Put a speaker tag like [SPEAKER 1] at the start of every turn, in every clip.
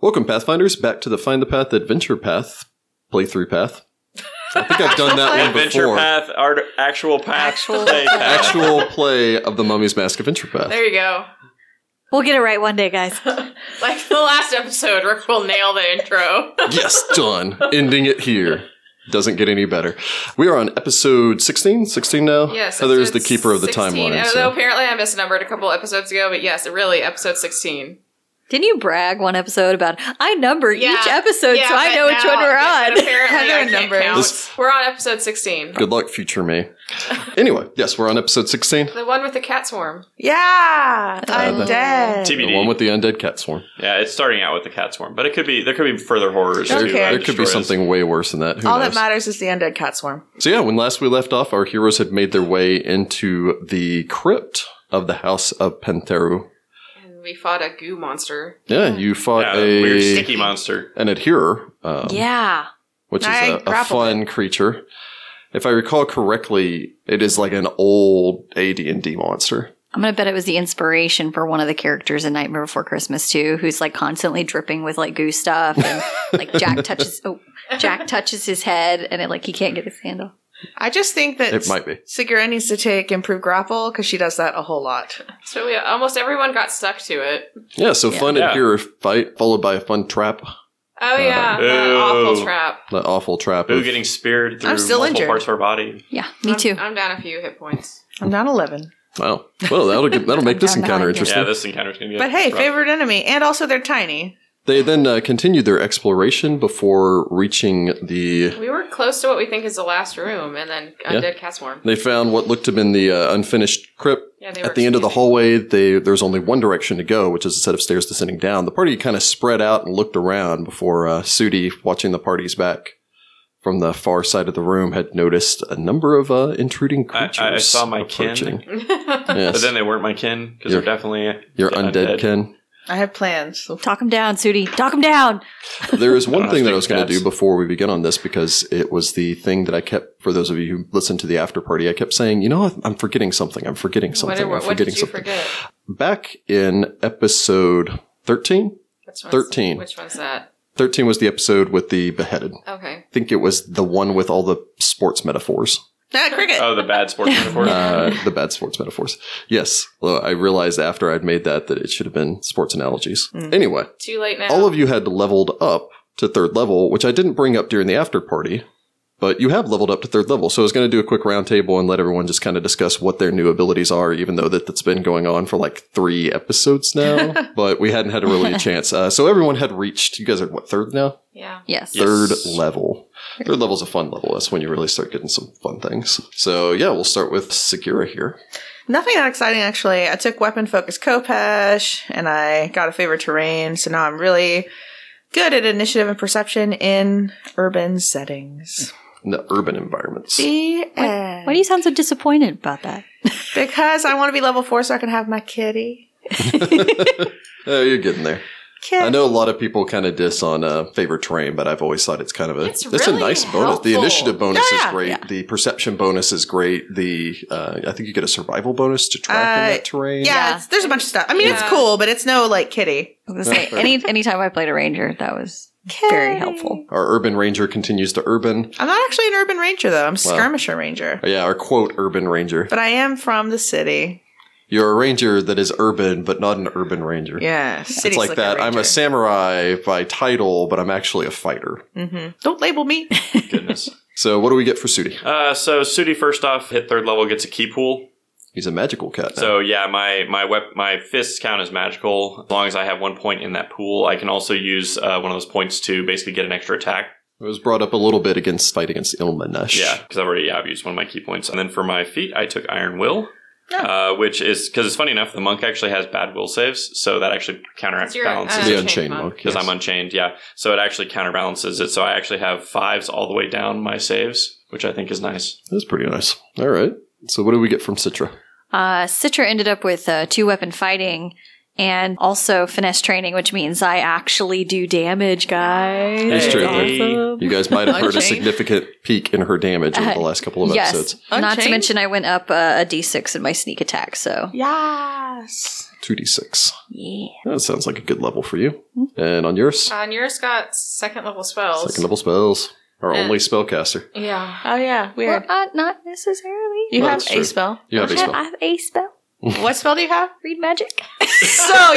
[SPEAKER 1] Welcome, Pathfinders, back to the Find the Path Adventure Path playthrough path. I think I've done that one
[SPEAKER 2] Adventure
[SPEAKER 1] before.
[SPEAKER 2] path, art, actual path,
[SPEAKER 3] Actual
[SPEAKER 2] play path.
[SPEAKER 1] Actual play of the Mummy's Mask Adventure Path.
[SPEAKER 3] There you go.
[SPEAKER 4] We'll get it right one day, guys.
[SPEAKER 3] Like the last episode, Rick will nail the intro.
[SPEAKER 1] yes, done. Ending it here. Doesn't get any better. We are on episode 16? 16 now?
[SPEAKER 3] Yes.
[SPEAKER 1] Heather is the
[SPEAKER 3] episode Oh,
[SPEAKER 1] keeper of the
[SPEAKER 3] 16.
[SPEAKER 1] timeline.
[SPEAKER 3] Although
[SPEAKER 1] so-
[SPEAKER 3] apparently I misnumbered a couple episodes ago, but yes, really, episode 16.
[SPEAKER 4] Didn't you brag one episode about I number each
[SPEAKER 3] Yeah.
[SPEAKER 4] episode
[SPEAKER 3] Yeah,
[SPEAKER 4] so I
[SPEAKER 3] but
[SPEAKER 4] know which
[SPEAKER 3] now-
[SPEAKER 4] one we're
[SPEAKER 3] but-
[SPEAKER 4] on?
[SPEAKER 3] but Apparently, I
[SPEAKER 4] Heather
[SPEAKER 3] can't
[SPEAKER 4] numbers.
[SPEAKER 3] count.
[SPEAKER 1] This-
[SPEAKER 3] We're on episode 16.
[SPEAKER 1] Good luck, future me. Anyway, yes, we're on episode 16.
[SPEAKER 3] The one with the cat swarm.
[SPEAKER 5] Yeah, I'm
[SPEAKER 1] the-
[SPEAKER 5] dead.
[SPEAKER 1] The
[SPEAKER 2] TBD.
[SPEAKER 1] one with the undead cat swarm.
[SPEAKER 2] yeah, it's starting out with the cat swarm, but it could be there could be further horrors.
[SPEAKER 5] There-
[SPEAKER 2] too,
[SPEAKER 5] there
[SPEAKER 1] There
[SPEAKER 2] that
[SPEAKER 1] could be
[SPEAKER 2] destroy us.
[SPEAKER 1] something way worse than that. Who
[SPEAKER 5] All
[SPEAKER 1] knows?
[SPEAKER 5] that matters is the undead cat swarm.
[SPEAKER 1] So yeah, when last we left off, our heroes had made their way into the crypt of the House of Pantheru.
[SPEAKER 3] And we fought a goo monster.
[SPEAKER 1] Yeah, you fought
[SPEAKER 2] Yeah,
[SPEAKER 1] a
[SPEAKER 2] a weird sticky monster.
[SPEAKER 1] an adherer, um,
[SPEAKER 4] Yeah.
[SPEAKER 1] which is
[SPEAKER 5] I
[SPEAKER 1] a, a
[SPEAKER 5] grappled
[SPEAKER 1] fun creature. If I recall correctly, it is like an old AD&D monster.
[SPEAKER 4] I'm gonna bet it was the inspiration for one of the characters in Nightmare Before Christmas too, who's like constantly dripping with like goo stuff and like Jack touches oh Jack touches his head and it like he can't get his hand off.
[SPEAKER 5] I just think that
[SPEAKER 1] It might be.
[SPEAKER 5] Sigura needs to take improved grapple because she does that a whole lot.
[SPEAKER 3] So we almost everyone got stuck to it.
[SPEAKER 1] Yeah, so fun
[SPEAKER 2] Yeah.
[SPEAKER 1] adherer fight followed by a fun trap,
[SPEAKER 3] Oh, yeah.
[SPEAKER 1] Uh,
[SPEAKER 3] that
[SPEAKER 2] Ew.
[SPEAKER 3] awful trap.
[SPEAKER 1] that awful trap.
[SPEAKER 2] Boo
[SPEAKER 1] of-
[SPEAKER 2] getting speared through
[SPEAKER 5] I'm still
[SPEAKER 2] multiple
[SPEAKER 5] injured.
[SPEAKER 2] parts of our body.
[SPEAKER 4] Yeah, me
[SPEAKER 3] I'm-
[SPEAKER 4] too.
[SPEAKER 3] I'm down a few hit points.
[SPEAKER 5] I'm not 11.
[SPEAKER 1] wow. Well, that'll get, that'll make this
[SPEAKER 4] Down the
[SPEAKER 1] encounter
[SPEAKER 4] line, yeah.
[SPEAKER 1] interesting.
[SPEAKER 2] Yeah, this encounter's gonna get.
[SPEAKER 5] But hey,
[SPEAKER 2] rough.
[SPEAKER 5] favorite enemy. And also they're tiny.
[SPEAKER 1] They then uh, continued their exploration before reaching the
[SPEAKER 3] We were close to what we think is the last room, and then undead cat swarm.
[SPEAKER 1] They found what looked to have been the uh, unfinished crypt.
[SPEAKER 3] Yeah, they were
[SPEAKER 1] At the end of the
[SPEAKER 3] excuse
[SPEAKER 1] hallway, they, there's only one direction to go, which is a set of stairs descending down. The party kind of spread out and looked around before uh, Sudi, watching the party's back from the far side of the room, had noticed a number of uh, intruding
[SPEAKER 2] I- I
[SPEAKER 1] creatures.
[SPEAKER 2] saw my kin.
[SPEAKER 1] approaching.
[SPEAKER 3] me.
[SPEAKER 1] Yes.
[SPEAKER 2] But then they weren't my kin because
[SPEAKER 1] You're-
[SPEAKER 2] they're definitely
[SPEAKER 1] your
[SPEAKER 2] Yeah,
[SPEAKER 1] undead
[SPEAKER 2] undead.
[SPEAKER 1] kin.
[SPEAKER 5] I have plans.
[SPEAKER 4] Talk him down, Sudie. Talk him down.
[SPEAKER 1] There is one
[SPEAKER 2] Don't
[SPEAKER 1] thing that I
[SPEAKER 2] have
[SPEAKER 1] was going to do
[SPEAKER 2] stabs.
[SPEAKER 1] before we begin on this because it was the thing that I kept for those of you who listened to the after party. I kept saying, you know, I'm forgetting something. I'm forgetting
[SPEAKER 3] what,
[SPEAKER 1] something.
[SPEAKER 3] did, what
[SPEAKER 1] I'm
[SPEAKER 3] did
[SPEAKER 1] forgetting
[SPEAKER 3] you
[SPEAKER 1] something.
[SPEAKER 3] forget?
[SPEAKER 1] Back in episode 13,
[SPEAKER 3] Which one's,
[SPEAKER 1] 13.
[SPEAKER 3] Which one's that?
[SPEAKER 1] 13 was the episode with the beheaded. I
[SPEAKER 3] Okay.
[SPEAKER 1] think it was the one with all the sports metaphors.
[SPEAKER 5] Ah, cricket.
[SPEAKER 2] oh the bad sports metaphor.
[SPEAKER 1] Uh, the bad sports metaphors. Yes. Well, I realized after I'd made that that it should have been sports analogies. Anyway,
[SPEAKER 3] Too late now.
[SPEAKER 1] all of you had leveled up to third level, which I didn't bring up during the after party, but you have leveled up to third level. So I was going to do a quick roundtable and let everyone just kind of discuss what their new abilities are, even though that, that's been going on for like three episodes now, but we hadn't had really a chance. Uh, so everyone had reached, you guys are what, third now?
[SPEAKER 3] yeah.
[SPEAKER 4] Yes.
[SPEAKER 2] Yeah.
[SPEAKER 1] third
[SPEAKER 2] Yes.
[SPEAKER 1] level. Third level's a fun level. That's when you really start getting some fun things. So yeah, we'll start with Segura here.
[SPEAKER 5] Nothing that exciting, actually. I took weapon focus Kopesh and I got a favorite terrain. So now I'm really good at initiative and perception in urban settings.
[SPEAKER 1] In the urban environments.
[SPEAKER 5] The end.
[SPEAKER 4] Why do you sound so disappointed about that?
[SPEAKER 5] Because I want to be level four so I can have my kitty.
[SPEAKER 1] Oh, you're getting there.
[SPEAKER 5] Kitty.
[SPEAKER 1] I know a lot of people kind of diss on uh, favorite terrain, but I've always thought it's kind of a
[SPEAKER 3] It's
[SPEAKER 1] a
[SPEAKER 3] really
[SPEAKER 1] nice bonus. The
[SPEAKER 3] helpful.
[SPEAKER 1] initiative bonus
[SPEAKER 5] Yeah,
[SPEAKER 1] is great. The perception bonus is great. The uh, I think you get a survival bonus to track in
[SPEAKER 5] Uh,
[SPEAKER 1] that terrain.
[SPEAKER 5] Yeah, It's, there's a bunch of stuff. I mean,
[SPEAKER 3] Yeah.
[SPEAKER 5] it's cool, but it's no like kitty.
[SPEAKER 4] I was gonna say any anytime I played a ranger, that was very helpful.
[SPEAKER 1] Our urban ranger continues to urban. Oh,
[SPEAKER 5] I'm not actually an urban ranger though. I'm a skirmisher ranger,
[SPEAKER 1] Yeah, our quote urban ranger.
[SPEAKER 5] but I am from the city.
[SPEAKER 1] You're a ranger that is urban, but not an urban ranger.
[SPEAKER 5] Yeah, city's
[SPEAKER 1] it's like, that. I'm a
[SPEAKER 5] ranger.
[SPEAKER 1] samurai by title, but I'm actually a fighter.
[SPEAKER 5] Mhm. Don't label me.
[SPEAKER 2] Goodness.
[SPEAKER 1] So what do we get for Sudi?
[SPEAKER 2] Uh, so Sudi first off hit third level gets a key pool.
[SPEAKER 1] He's a magical cat now.
[SPEAKER 2] So yeah, my my wep- my fists count as magical. As long as I have one point in that pool, I can also use uh, one of those points to basically get an extra attack.
[SPEAKER 1] it was brought up a little bit against fight against Ilmanesh.
[SPEAKER 2] Yeah, because I've already yeah, I've used one of my key points. And then for my feet, I took Iron Will, uh, which is because it's funny enough, the monk actually has bad will saves, so that actually counteracts
[SPEAKER 3] It's your,
[SPEAKER 2] balances
[SPEAKER 3] uh,
[SPEAKER 1] The
[SPEAKER 2] it
[SPEAKER 1] Unchained
[SPEAKER 3] Unchained
[SPEAKER 1] Monk.
[SPEAKER 3] Monk.
[SPEAKER 2] because
[SPEAKER 1] yes.
[SPEAKER 2] I'm unchained. Yeah, so it actually counterbalances it. So I actually have fives all the way down my saves, which I think is nice.
[SPEAKER 1] That's pretty nice. All right. So what do we get from Citra?
[SPEAKER 4] Uh, Citra ended up with uh, two weapon fighting and also finesse training, which means I actually do damage, guys.
[SPEAKER 1] That's true.
[SPEAKER 4] Awesome.
[SPEAKER 1] You guys might have heard a
[SPEAKER 5] Unchained.
[SPEAKER 1] significant peak in her damage over the
[SPEAKER 4] Uh,
[SPEAKER 1] last couple of
[SPEAKER 4] Yes.
[SPEAKER 1] episodes.
[SPEAKER 4] Not to
[SPEAKER 5] Unchained?
[SPEAKER 4] mention, I went up uh, a d6 in my sneak attack, so
[SPEAKER 5] yes.
[SPEAKER 1] 2d6.
[SPEAKER 4] Yeah.
[SPEAKER 1] That sounds like a good level for you.
[SPEAKER 5] Mm-hmm.
[SPEAKER 1] And on yours,
[SPEAKER 3] On yours Uh, got second level spells. Uh,
[SPEAKER 1] second level spells. Our
[SPEAKER 3] Yeah.
[SPEAKER 1] only spellcaster.
[SPEAKER 3] Yeah.
[SPEAKER 5] Oh yeah,
[SPEAKER 4] Well,
[SPEAKER 5] weird.
[SPEAKER 4] uh, not necessarily.
[SPEAKER 5] You
[SPEAKER 1] Well,
[SPEAKER 5] have
[SPEAKER 1] that's
[SPEAKER 5] a
[SPEAKER 1] true.
[SPEAKER 5] spell.
[SPEAKER 1] You have a
[SPEAKER 4] I
[SPEAKER 1] spell.
[SPEAKER 4] I have a spell.
[SPEAKER 5] What spell do you have?
[SPEAKER 4] Read magic.
[SPEAKER 5] so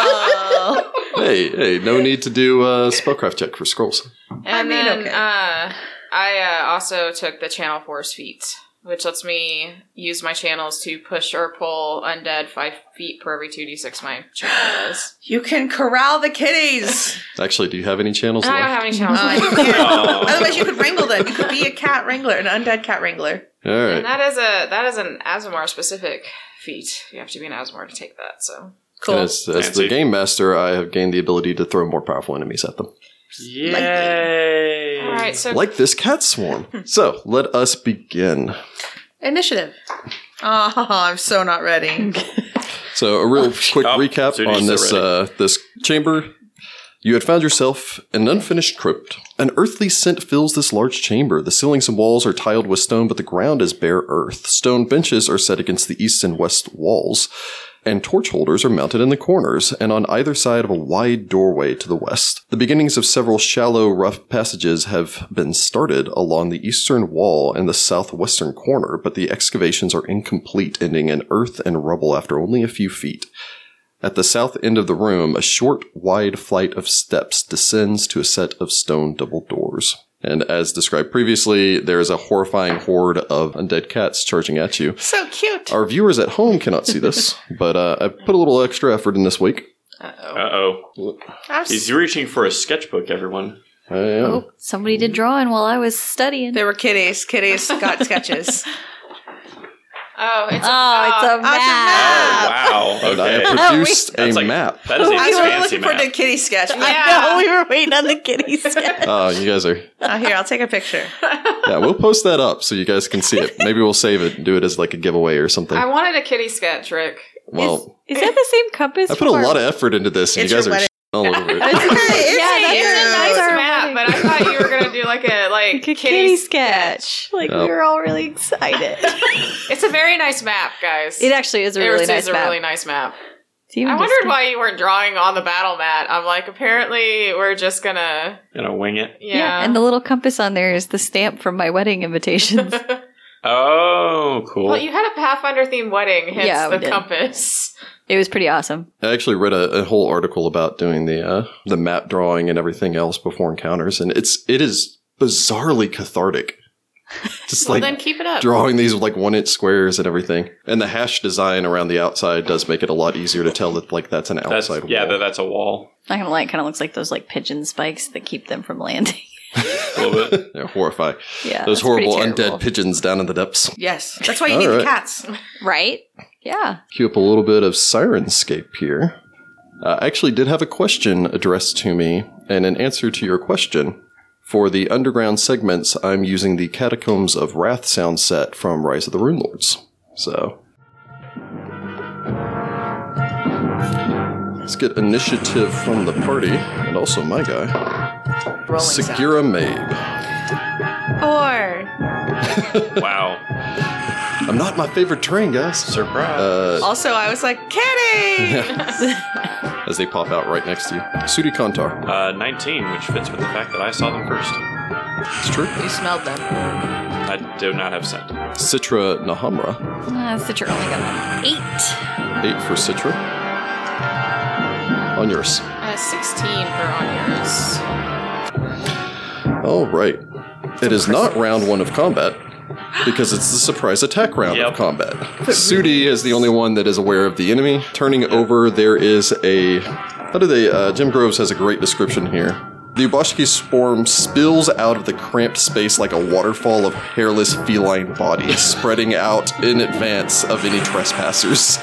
[SPEAKER 5] useful.
[SPEAKER 1] Hey, hey, no need to do a spellcraft check for scrolls.
[SPEAKER 3] And
[SPEAKER 5] I mean,
[SPEAKER 3] then
[SPEAKER 5] okay.
[SPEAKER 3] uh, I uh, also took the Channel Force feat, which lets me use my channels to push or pull undead five feet per every 2d6 my channel does.
[SPEAKER 5] you can corral the kitties.
[SPEAKER 1] Actually, do you have any channels
[SPEAKER 3] And I don't
[SPEAKER 1] left?
[SPEAKER 3] have any channels.
[SPEAKER 5] Uh,
[SPEAKER 3] left.
[SPEAKER 5] you can't.
[SPEAKER 2] Oh.
[SPEAKER 5] Otherwise, you could wrangle them. You could be a cat wrangler, an undead cat wrangler.
[SPEAKER 1] All right.
[SPEAKER 3] And that is a that is an Asmar specific feat. You have to be an Asmar to take that. So
[SPEAKER 5] Cool.
[SPEAKER 1] And as, as
[SPEAKER 2] Fancy.
[SPEAKER 1] the game master, I have gained the ability to throw more powerful enemies at them.
[SPEAKER 2] Yay!
[SPEAKER 5] Mm.
[SPEAKER 3] all right, so
[SPEAKER 1] Like this cat swarm.
[SPEAKER 3] Hmm.
[SPEAKER 1] So let us begin.
[SPEAKER 5] Initiative. Oh, I'm so not ready.
[SPEAKER 1] So a real quick
[SPEAKER 2] Oh,
[SPEAKER 1] recap
[SPEAKER 2] Judy's
[SPEAKER 1] on
[SPEAKER 2] so
[SPEAKER 1] this uh, this chamber. You had found yourself in an unfinished crypt. An earthly scent fills this large chamber. The ceilings and walls are tiled with stone, but the ground is bare earth. Stone benches are set against the east and west walls, and torch holders are mounted in the corners and on either side of a wide doorway to the west. The beginnings of several shallow, rough passages have been started along the eastern wall and the southwestern corner, but the excavations are incomplete, ending in earth and rubble after only a few feet. At the south end of the room, a short, wide flight of steps descends to a set of stone double doors. And as described previously, there is a horrifying horde of undead cats charging at you.
[SPEAKER 5] So cute.
[SPEAKER 1] Our viewers at home cannot see this, but uh, I put a little extra effort in this week.
[SPEAKER 2] Uh
[SPEAKER 3] uh-oh.
[SPEAKER 2] oh.
[SPEAKER 5] I'm s-
[SPEAKER 2] He's reaching for a sketchbook, everyone.
[SPEAKER 1] I am.
[SPEAKER 4] Oh, somebody did drawing while I was studying.
[SPEAKER 5] They were kitties. Kitties got sketches.
[SPEAKER 3] oh, it's
[SPEAKER 4] Oh, it's a
[SPEAKER 5] a
[SPEAKER 4] map.
[SPEAKER 5] map.
[SPEAKER 2] Oh, wow.
[SPEAKER 1] And I
[SPEAKER 2] Okay.
[SPEAKER 1] have produced a
[SPEAKER 2] That's like-
[SPEAKER 1] map.
[SPEAKER 2] That is a
[SPEAKER 5] I we were
[SPEAKER 2] fancy
[SPEAKER 5] looking
[SPEAKER 2] map.
[SPEAKER 5] for the kitty sketch.
[SPEAKER 3] Yeah.
[SPEAKER 4] we were waiting on the kitty sketch.
[SPEAKER 1] Oh, you guys are.
[SPEAKER 5] Oh, here, I'll take a picture.
[SPEAKER 1] Yeah, we'll post that up so you guys can see it. Maybe we'll save it and do it as like a giveaway or something.
[SPEAKER 3] I wanted a kitty sketch, Rick.
[SPEAKER 1] Well,
[SPEAKER 4] Is that the same compass?
[SPEAKER 1] I put a lot of effort into this, and
[SPEAKER 5] It's
[SPEAKER 1] you guys
[SPEAKER 5] your
[SPEAKER 1] are
[SPEAKER 5] wedding.
[SPEAKER 1] all over
[SPEAKER 5] It's
[SPEAKER 1] it.
[SPEAKER 5] it's
[SPEAKER 4] Yeah, that's
[SPEAKER 5] cute.
[SPEAKER 4] a
[SPEAKER 3] Nice
[SPEAKER 4] nice Sorry,
[SPEAKER 3] map,
[SPEAKER 4] Wendy.
[SPEAKER 3] but I thought you were gonna do like a like
[SPEAKER 4] kitty,
[SPEAKER 3] kitty.
[SPEAKER 4] sketch. Like
[SPEAKER 1] Yep.
[SPEAKER 4] we were all really excited.
[SPEAKER 3] It's a very nice map, guys.
[SPEAKER 4] it actually is a
[SPEAKER 3] It
[SPEAKER 4] really
[SPEAKER 3] is
[SPEAKER 4] nice
[SPEAKER 3] a
[SPEAKER 4] map.
[SPEAKER 3] really nice map.
[SPEAKER 4] Do you
[SPEAKER 3] I
[SPEAKER 4] even
[SPEAKER 3] wondered
[SPEAKER 4] just-
[SPEAKER 3] why you weren't drawing on the battle mat. I'm like, apparently we're just gonna
[SPEAKER 2] You know, wing it.
[SPEAKER 4] Yeah.
[SPEAKER 3] yeah.
[SPEAKER 4] and the little compass on there is the stamp from my wedding invitations.
[SPEAKER 2] Oh, cool.
[SPEAKER 3] well, you had a Pathfinder themed wedding. Hence
[SPEAKER 4] Yeah, we
[SPEAKER 3] the
[SPEAKER 4] did.
[SPEAKER 3] compass.
[SPEAKER 4] it was pretty awesome.
[SPEAKER 1] I actually read a, a whole article about doing the uh, the map drawing and everything else before encounters, and it's it is bizarrely cathartic. Just
[SPEAKER 3] well,
[SPEAKER 1] like
[SPEAKER 3] then keep it up.
[SPEAKER 1] drawing these like one inch squares and everything, and the hash design around the outside does make it a lot easier to tell that like that's an
[SPEAKER 2] that's,
[SPEAKER 1] outside.
[SPEAKER 2] yeah,
[SPEAKER 1] wall.
[SPEAKER 2] that, that's a wall.
[SPEAKER 4] Not gonna lie, it kind of looks like those like pigeon spikes that keep them from landing.
[SPEAKER 2] A little bit.
[SPEAKER 1] They're horrifying.
[SPEAKER 4] yeah,
[SPEAKER 1] Those
[SPEAKER 4] that's pretty
[SPEAKER 1] horrible
[SPEAKER 4] terrible.
[SPEAKER 1] undead pigeons down in the depths.
[SPEAKER 5] Yes, that's why you
[SPEAKER 1] All
[SPEAKER 5] need the
[SPEAKER 1] right.
[SPEAKER 5] cats.
[SPEAKER 4] right? Yeah.
[SPEAKER 1] Cue up a little bit of Sirenscape here. Uh, I actually did have a question addressed to me, and in answer to your question, for the underground segments, I'm using the Catacombs of Wrath sound set from Rise of the Rune Lords. So. Let's get initiative from the party, and also my guy,
[SPEAKER 5] Rolling sound.
[SPEAKER 1] Segura Mabe.
[SPEAKER 5] Four.
[SPEAKER 2] Wow.
[SPEAKER 1] I'm not my favorite terrain, guys.
[SPEAKER 2] Surprise.
[SPEAKER 1] Uh,
[SPEAKER 5] Also, I was like, kitty.
[SPEAKER 1] as they pop out right next to you. Sudi Kantar.
[SPEAKER 2] Uh, 19, which fits with the fact that I saw them first.
[SPEAKER 1] It's true.
[SPEAKER 5] you smelled them.
[SPEAKER 2] I do not have scent.
[SPEAKER 1] Citra Nahamra.
[SPEAKER 4] Uh, Citra only got eight.
[SPEAKER 1] Eight for Citra. On yours.
[SPEAKER 3] Uh, 16 for on yours.
[SPEAKER 1] All right. It is not round one of combat because it's the surprise attack round
[SPEAKER 2] Yep.
[SPEAKER 1] of combat. Sudi is the only one that is aware of the enemy. Turning over, there is a. How do they? Uh, Jim Groves has a great description here. The Ubashiki swarm spills out of the cramped space like a waterfall of hairless feline bodies, spreading out in advance of any trespassers.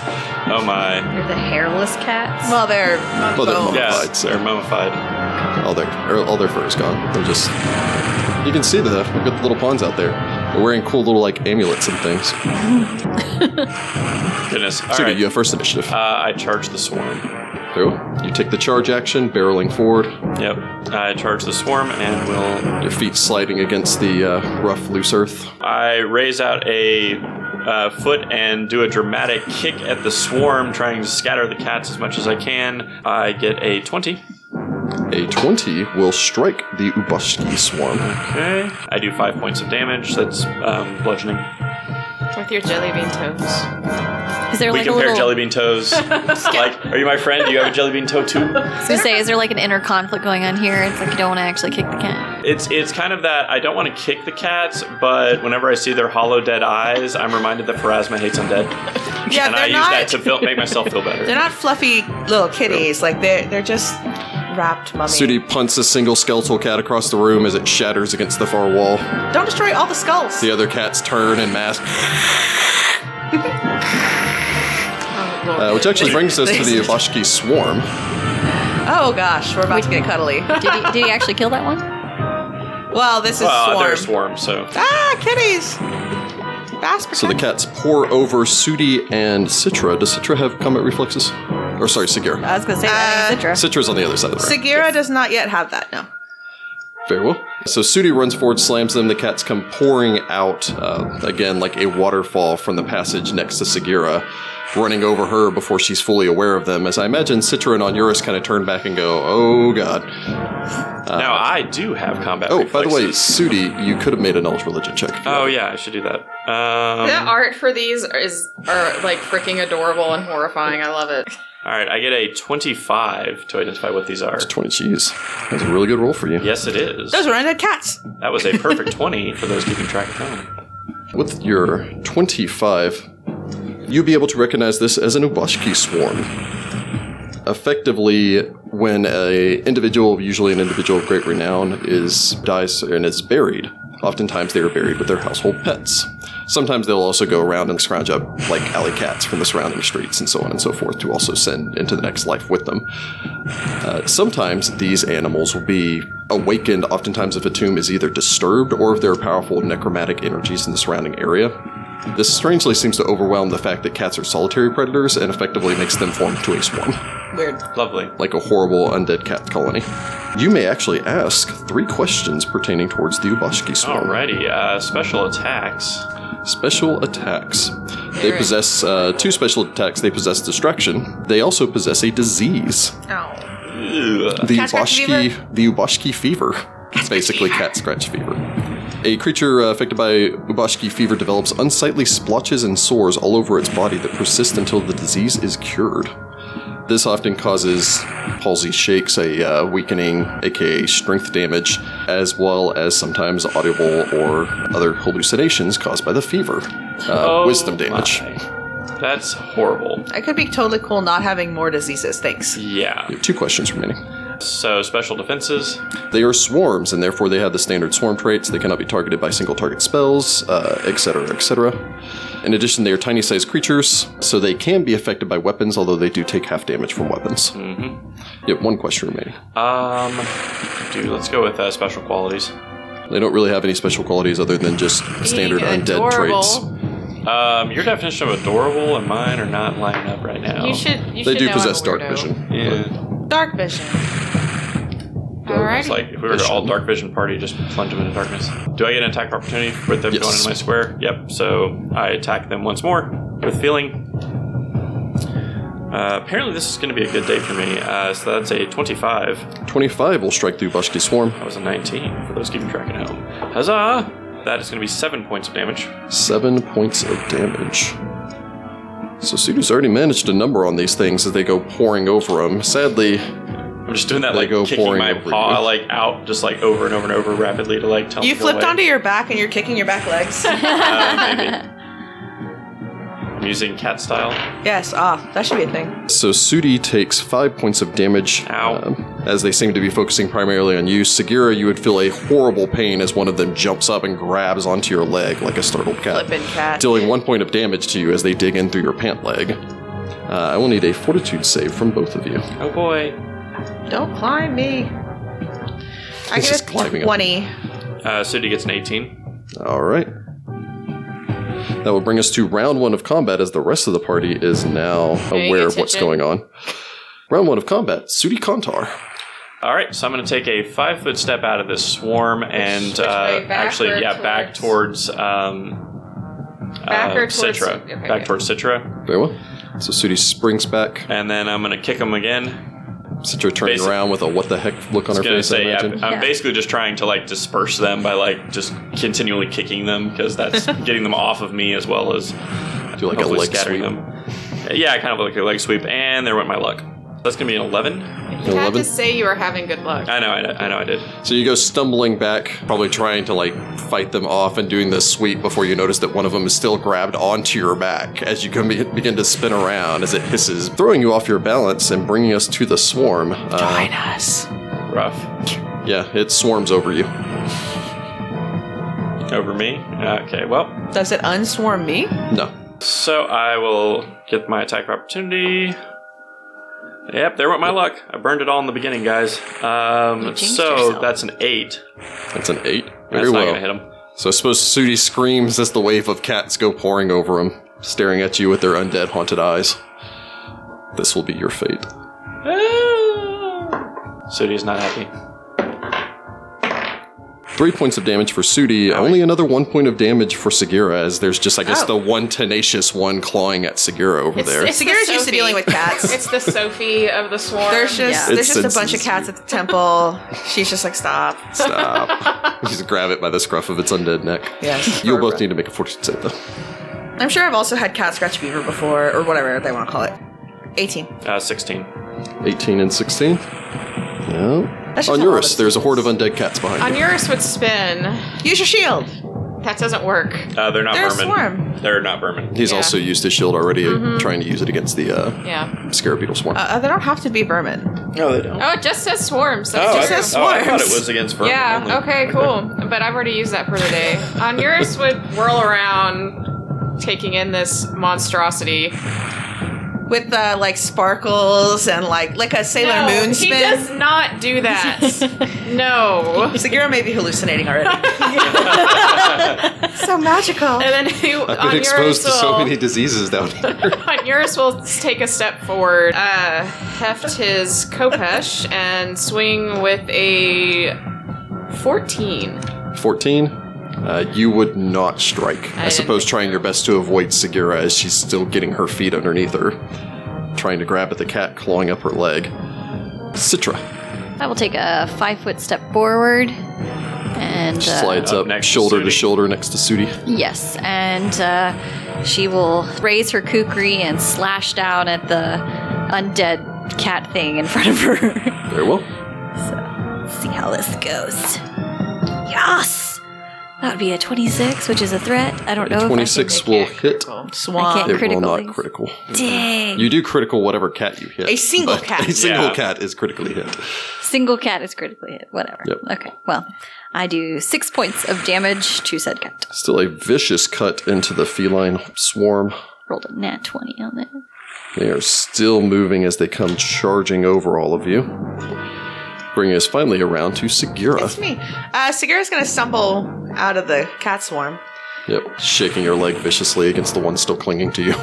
[SPEAKER 2] Oh my.
[SPEAKER 4] They're the hairless cats.
[SPEAKER 5] Well, they're
[SPEAKER 1] Well, they're
[SPEAKER 5] bones.
[SPEAKER 2] Yeah,
[SPEAKER 1] Mummified, sir.
[SPEAKER 2] they're mummified.
[SPEAKER 1] All their or all their fur is gone. They're just you can see the we've got the little pawns out there. They're wearing cool little like amulets and things.
[SPEAKER 2] Goodness. All
[SPEAKER 1] So
[SPEAKER 2] right.
[SPEAKER 1] you have first initiative.
[SPEAKER 2] Uh, I charge the swarm.
[SPEAKER 1] So you take the charge action, barreling forward.
[SPEAKER 2] Yep. I charge the swarm and will
[SPEAKER 1] Your feet sliding against the uh, rough, loose earth.
[SPEAKER 2] I raise out a uh, foot and do a dramatic kick at the swarm, trying to scatter the cats as much as I can. I get a 20.
[SPEAKER 1] A 20 will strike the Ubashki swarm.
[SPEAKER 2] Okay. Eh? I do five points of damage. That's um, bludgeoning.
[SPEAKER 3] With your jelly bean toes.
[SPEAKER 4] Is there
[SPEAKER 2] we
[SPEAKER 4] like a
[SPEAKER 2] compare
[SPEAKER 4] little?
[SPEAKER 2] jelly bean toes. like, are you my friend? Do you have a jelly bean toe too?
[SPEAKER 4] I was gonna say, is there like an inner conflict going on here? It's like you don't want to actually kick the can.
[SPEAKER 2] It's it's kind of that I don't want to kick the cats, but whenever I see their hollow dead eyes, I'm reminded that Pharasma hates undead,
[SPEAKER 5] Yeah,
[SPEAKER 2] and
[SPEAKER 5] they're
[SPEAKER 2] I use
[SPEAKER 5] not.
[SPEAKER 2] that to feel, make myself feel better.
[SPEAKER 5] they're not fluffy little kitties. Like they're they're just wrapped mummy.
[SPEAKER 1] Sudi punts a single skeletal cat across the room as it shatters against the far wall.
[SPEAKER 5] Don't destroy all the skulls.
[SPEAKER 1] The other cats turn and mask,
[SPEAKER 3] Oh, Lord.
[SPEAKER 1] uh, which actually brings us to the Ubashki swarm.
[SPEAKER 5] Oh gosh, we're about to get cuddly.
[SPEAKER 4] Did he, did he actually kill that one?
[SPEAKER 5] Well, this is
[SPEAKER 2] Well,
[SPEAKER 5] swarm.
[SPEAKER 2] they're a swarm, so
[SPEAKER 5] Ah, kitties. Fast
[SPEAKER 1] So the cats pour over Sudi and Citra. Does Citra have combat reflexes? Or sorry, Sagira.
[SPEAKER 4] I was gonna say
[SPEAKER 5] Uh,
[SPEAKER 4] that ain't Citra.
[SPEAKER 1] Citra's on the other side of the ring.
[SPEAKER 5] Sagira does not yet have that. No.
[SPEAKER 1] Very well. So Sudi runs forward, slams them. The cats come pouring out, uh, again, like a waterfall from the passage next to Sagira, running over her before she's fully aware of them. As I imagine Citra and Onuris kind of turn back and go, oh god.
[SPEAKER 2] now I do have combat.
[SPEAKER 1] Uh, Oh, by the way,
[SPEAKER 2] reflexes.
[SPEAKER 1] Sudi, you could have made a knowledge religion check. if you
[SPEAKER 2] Oh
[SPEAKER 1] wanted.
[SPEAKER 2] yeah, I should do that.
[SPEAKER 3] the
[SPEAKER 2] Um,
[SPEAKER 3] art for these is are like freaking adorable and horrifying. I love it.
[SPEAKER 2] all right, I get a twenty-five to identify what these are.
[SPEAKER 1] 20 cheese. That's a really good roll for you.
[SPEAKER 2] Yes, it is.
[SPEAKER 5] Those were undead cats.
[SPEAKER 2] That was a perfect twenty for those keeping track at home.
[SPEAKER 1] With your 25, you'll be able to recognize this as an Ubashki swarm. Effectively, when a individual, usually an individual of great renown, is dies and is buried, oftentimes they are buried with their household pets. Sometimes they'll also go around and scrounge up like alley cats from the surrounding streets and so on and so forth to also send into the next life with them. Uh, sometimes these animals will be awakened, oftentimes if a tomb is either disturbed or if there are powerful necromantic energies in the surrounding area. This strangely seems to overwhelm the fact that cats are solitary predators and effectively makes them form into a swarm,
[SPEAKER 5] Weird.
[SPEAKER 2] Lovely.
[SPEAKER 1] like a horrible undead cat colony. You may actually ask three questions pertaining towards the Ubashki swarm.
[SPEAKER 2] Alrighty, uh, special attacks.
[SPEAKER 1] Special attacks. They possess uh, two special attacks. They possess distraction. They also possess a disease.
[SPEAKER 5] Oh.
[SPEAKER 2] Ugh.
[SPEAKER 1] the
[SPEAKER 5] Cat scratch
[SPEAKER 1] Ubashki, the Ubashki fever. It's basically cat scratch fever. A creature uh, affected by Ubashki fever develops unsightly splotches and sores all over its body that persist until the disease is cured. This often causes palsy shakes, a uh, weakening, aka strength damage, as well as sometimes audible or other hallucinations caused by the fever. Uh,
[SPEAKER 2] Oh
[SPEAKER 1] wisdom damage.
[SPEAKER 2] my. That's horrible.
[SPEAKER 5] I could be totally cool not having more diseases. Thanks.
[SPEAKER 2] Yeah.
[SPEAKER 1] You have two questions remaining.
[SPEAKER 2] So special defenses.
[SPEAKER 1] They are swarms, and therefore they have the standard swarm traits. They cannot be targeted by single target spells, uh, etc., etc. In addition, they are tiny sized creatures, so they can be affected by weapons, although they do take half damage from weapons. Mm-hmm. Yep, one question remaining.
[SPEAKER 2] Um, dude, let's go with uh, special qualities.
[SPEAKER 1] They don't really have any special qualities other than just standard
[SPEAKER 3] Being
[SPEAKER 1] undead
[SPEAKER 3] adorable.
[SPEAKER 1] traits.
[SPEAKER 2] Um, your definition of adorable and mine are not lining up right now.
[SPEAKER 3] You should. You
[SPEAKER 1] Oh. They
[SPEAKER 3] should
[SPEAKER 1] do
[SPEAKER 3] know I'm a
[SPEAKER 1] possess dark
[SPEAKER 3] weirdo.
[SPEAKER 1] vision.
[SPEAKER 2] Yeah.
[SPEAKER 5] Dark vision.
[SPEAKER 3] Alrighty.
[SPEAKER 2] It's like if we were to all dark vision party, just plunge them into darkness. Do I get an attack of opportunity with them
[SPEAKER 1] Yes.
[SPEAKER 2] going into my square? Yep. So I attack them once more with feeling. Uh, apparently, this is going to be a good day for me. Uh, so that's a 25.
[SPEAKER 1] 25 will strike the Ubashki swarm.
[SPEAKER 2] That was a 19 for those keeping track at home. Huzzah! That is going to be seven points of damage.
[SPEAKER 1] Seven points of damage. So Sudo's already managed a number on these things as they go pouring over them. Sadly,
[SPEAKER 2] I'm just doing that
[SPEAKER 1] They
[SPEAKER 2] like
[SPEAKER 1] go
[SPEAKER 2] kicking
[SPEAKER 1] pouring
[SPEAKER 2] my
[SPEAKER 1] over
[SPEAKER 2] paw
[SPEAKER 1] you.
[SPEAKER 2] like out just like over and over and over rapidly to like tell
[SPEAKER 5] You
[SPEAKER 2] them to go
[SPEAKER 5] flipped
[SPEAKER 2] away.
[SPEAKER 5] onto your back and you're kicking your back legs.
[SPEAKER 2] Uh, maybe. I'm using cat style.
[SPEAKER 5] yes. Ah, that should be a thing.
[SPEAKER 1] So Sudi takes five points of damage um,
[SPEAKER 2] Ow.
[SPEAKER 1] as they seem to be focusing primarily on you. Sagira, you would feel a horrible pain as one of them jumps up and grabs onto your leg like a startled cat,
[SPEAKER 5] Flippin' cat.
[SPEAKER 1] dealing one point of damage to you as they dig in through your pant leg. Uh, I will need a fortitude save from both of you.
[SPEAKER 2] Oh boy.
[SPEAKER 5] Don't climb me. I
[SPEAKER 1] This
[SPEAKER 5] get
[SPEAKER 1] is
[SPEAKER 5] a
[SPEAKER 1] climbing up.
[SPEAKER 5] twenty.
[SPEAKER 2] Uh, Sudi gets an 18.
[SPEAKER 1] All right. That will bring us to round one of combat as the rest of the party is now
[SPEAKER 3] Paying
[SPEAKER 1] aware of what's
[SPEAKER 3] attention.
[SPEAKER 1] going on. Round one of combat, Sudi Kantar.
[SPEAKER 2] All right, so I'm going to take a five foot step out of this swarm and
[SPEAKER 3] Which way?
[SPEAKER 2] uh,
[SPEAKER 3] Back
[SPEAKER 2] actually,
[SPEAKER 3] or
[SPEAKER 2] yeah, back towards um,
[SPEAKER 3] Back or towards-
[SPEAKER 2] Citra.
[SPEAKER 3] okay,
[SPEAKER 2] back
[SPEAKER 3] good.
[SPEAKER 2] towards Citra.
[SPEAKER 1] Very well. So Sudi springs back.
[SPEAKER 2] And then I'm going to kick him again.
[SPEAKER 1] Citra turning
[SPEAKER 2] Basic-
[SPEAKER 1] around with a what the heck look on her
[SPEAKER 2] I'm going to
[SPEAKER 1] face,
[SPEAKER 2] say,
[SPEAKER 1] I
[SPEAKER 2] yeah,
[SPEAKER 1] imagine.
[SPEAKER 2] I'm
[SPEAKER 4] Yeah.
[SPEAKER 2] basically just trying to like disperse them by like just continually kicking them because that's getting them off of me as well as
[SPEAKER 1] Do like a
[SPEAKER 2] hopefully
[SPEAKER 1] leg
[SPEAKER 2] scattering
[SPEAKER 1] sweep.
[SPEAKER 2] them. Yeah, kind of like a leg sweep. And there went my luck. That's going to be an 11.
[SPEAKER 3] You had
[SPEAKER 1] 11?
[SPEAKER 3] to say you were having good luck.
[SPEAKER 2] I know, I know, I know I did.
[SPEAKER 1] So you go stumbling back, probably trying to like fight them off and doing this sweep before you notice that one of them is still grabbed onto your back as you can be- begin to spin around as it hisses, throwing you off your balance and bringing us to the swarm. Uh,
[SPEAKER 5] us.
[SPEAKER 2] Rough.
[SPEAKER 1] yeah, it swarms over you.
[SPEAKER 2] Over me. Okay, well,
[SPEAKER 5] Does it unswarm me?
[SPEAKER 1] No.
[SPEAKER 2] So I will get my attack of opportunity. Yep, there went my luck. I burned it all in the beginning, guys.
[SPEAKER 4] You
[SPEAKER 2] Um,
[SPEAKER 4] jinxed
[SPEAKER 2] so
[SPEAKER 4] yourself.
[SPEAKER 2] that's an eight.
[SPEAKER 1] That's an eight.
[SPEAKER 2] That's
[SPEAKER 1] Very
[SPEAKER 2] not
[SPEAKER 1] well.
[SPEAKER 2] gonna hit him.
[SPEAKER 1] So I suppose Sudi screams as the wave of cats go pouring over him, staring at you with their undead haunted eyes. This will be your fate.
[SPEAKER 2] Sudi's not happy.
[SPEAKER 1] Three points of damage for Sudi, only another one point of damage for Segura, as there's just, I guess,
[SPEAKER 5] Oh.
[SPEAKER 1] the one tenacious one clawing at Segura over there.
[SPEAKER 3] It's the
[SPEAKER 5] Sagira's used to
[SPEAKER 3] Sophie.
[SPEAKER 5] dealing with cats.
[SPEAKER 3] It's the Sophie of the swarm.
[SPEAKER 5] There's just
[SPEAKER 4] Yeah.
[SPEAKER 5] there's
[SPEAKER 1] It
[SPEAKER 5] just a bunch of
[SPEAKER 1] senses
[SPEAKER 5] cats at the temple. She's just like, stop.
[SPEAKER 1] Stop. just grab it by the scruff of its undead neck.
[SPEAKER 5] Yes.
[SPEAKER 1] You'll both need to make a fortitude save, though.
[SPEAKER 5] I'm sure I've also had cat scratch fever before, or whatever they want to call it. 18.
[SPEAKER 2] Uh, Sixteen.
[SPEAKER 1] 18 and 16. Yeah.
[SPEAKER 5] That's just
[SPEAKER 1] On
[SPEAKER 5] a lot
[SPEAKER 1] yours,
[SPEAKER 5] of
[SPEAKER 1] there's a horde of undead cats behind you.
[SPEAKER 3] Onuris would spin.
[SPEAKER 5] Use your shield.
[SPEAKER 3] That doesn't work.
[SPEAKER 2] Uh, they're not
[SPEAKER 5] They're a
[SPEAKER 2] vermin.
[SPEAKER 5] swarm.
[SPEAKER 2] They're not vermin.
[SPEAKER 1] He's
[SPEAKER 3] Yeah.
[SPEAKER 1] also used his shield already, uh, trying to use it against the uh,
[SPEAKER 3] Yeah.
[SPEAKER 1] scarab beetle swarm.
[SPEAKER 5] Uh, they don't have to be vermin.
[SPEAKER 2] No, they don't.
[SPEAKER 3] Oh, it just says swarms. That's
[SPEAKER 2] Oh, I,
[SPEAKER 3] true.
[SPEAKER 5] says
[SPEAKER 2] oh, I thought it
[SPEAKER 5] swarms.
[SPEAKER 2] was against vermin. only.
[SPEAKER 3] Yeah. Okay. Cool. But I've already used that for today. Onuris would whirl around, taking in this monstrosity.
[SPEAKER 5] With the like sparkles and like like a Sailor
[SPEAKER 3] no,
[SPEAKER 5] Moon
[SPEAKER 3] He does
[SPEAKER 5] spin.
[SPEAKER 3] not do that. no.
[SPEAKER 5] Sagira may be hallucinating already. so magical.
[SPEAKER 3] And then he,
[SPEAKER 1] I've
[SPEAKER 3] Onuris
[SPEAKER 1] been exposed to
[SPEAKER 3] will,
[SPEAKER 1] so many diseases down here.
[SPEAKER 3] Onuris will take a step forward, uh, heft his kopesh, and swing with a fourteen.
[SPEAKER 1] 14. Uh, you would not strike. I,
[SPEAKER 3] didn't
[SPEAKER 1] suppose trying your best to avoid Segura as she's still getting her feet underneath her, trying to grab at the cat clawing up her leg. Citra
[SPEAKER 4] I will take a five foot step forward, and
[SPEAKER 1] she
[SPEAKER 4] uh,
[SPEAKER 1] slides
[SPEAKER 2] Up
[SPEAKER 1] up,
[SPEAKER 2] next to
[SPEAKER 1] shoulder to,
[SPEAKER 2] Sudi.
[SPEAKER 1] shoulder next to Sudi.
[SPEAKER 4] yes, and uh, she will raise her kukri and slash down at the undead cat thing in front of her.
[SPEAKER 1] Very well.
[SPEAKER 4] see how this goes. Yes, that would be a twenty-six, which is a threat. I don't know.
[SPEAKER 1] 26
[SPEAKER 4] If
[SPEAKER 1] will hit.
[SPEAKER 4] I
[SPEAKER 5] Swan.
[SPEAKER 4] can't-
[SPEAKER 1] It will
[SPEAKER 4] Critical
[SPEAKER 1] not
[SPEAKER 4] things.
[SPEAKER 1] critical.
[SPEAKER 4] I can, dang.
[SPEAKER 1] You do critical whatever cat you hit.
[SPEAKER 5] A single
[SPEAKER 1] but
[SPEAKER 5] cat.
[SPEAKER 1] A single
[SPEAKER 2] Yeah.
[SPEAKER 1] cat is critically hit.
[SPEAKER 4] Single cat is critically hit. Whatever.
[SPEAKER 1] Yep.
[SPEAKER 4] Okay. Well, I do six points of damage to said cat.
[SPEAKER 1] Still a vicious cut into the feline swarm.
[SPEAKER 4] Rolled a nat twenty on it.
[SPEAKER 1] They are still moving as they come charging over all of you. Bringing us finally around to Segura.
[SPEAKER 5] It's me. Uh, Sagira's gonna stumble out of the cat swarm.
[SPEAKER 1] Yep, shaking your leg viciously against the one still clinging to you.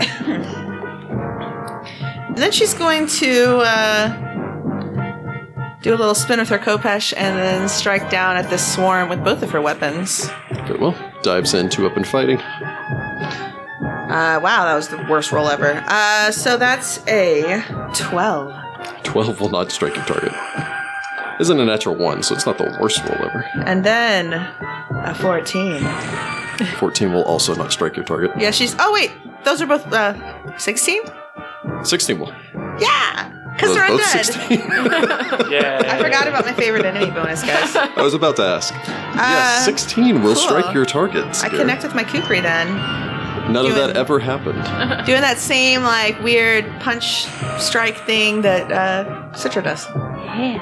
[SPEAKER 5] And then she's going to uh, do a little spin with her Kopesh and then strike down at this swarm with both of her weapons.
[SPEAKER 1] Very well. Dives in, two up and fighting.
[SPEAKER 5] Uh, wow, that was the worst roll ever. Uh, so that's a 12.
[SPEAKER 1] 12 will not strike your target. Isn't a natural one, so it's not the worst roll ever.
[SPEAKER 5] And then a 14.
[SPEAKER 1] 14 will also not strike your target.
[SPEAKER 5] Yeah, she's. Oh, wait, those are both uh, 16?
[SPEAKER 1] 16 will.
[SPEAKER 5] Yeah! Because
[SPEAKER 1] Those
[SPEAKER 5] they're
[SPEAKER 1] both
[SPEAKER 5] undead.
[SPEAKER 1] 16.
[SPEAKER 2] Yeah.
[SPEAKER 5] I forgot about my favorite enemy bonus, guys. Uh,
[SPEAKER 1] I was about to ask. yes, 16 will
[SPEAKER 5] cool.
[SPEAKER 1] strike your target.
[SPEAKER 5] I
[SPEAKER 1] Sagara.
[SPEAKER 5] connect with my Kukri then.
[SPEAKER 1] None of that
[SPEAKER 5] doing-
[SPEAKER 1] ever happened.
[SPEAKER 5] Doing that same, like, weird punch strike thing that uh, Citra does.
[SPEAKER 4] Yeah.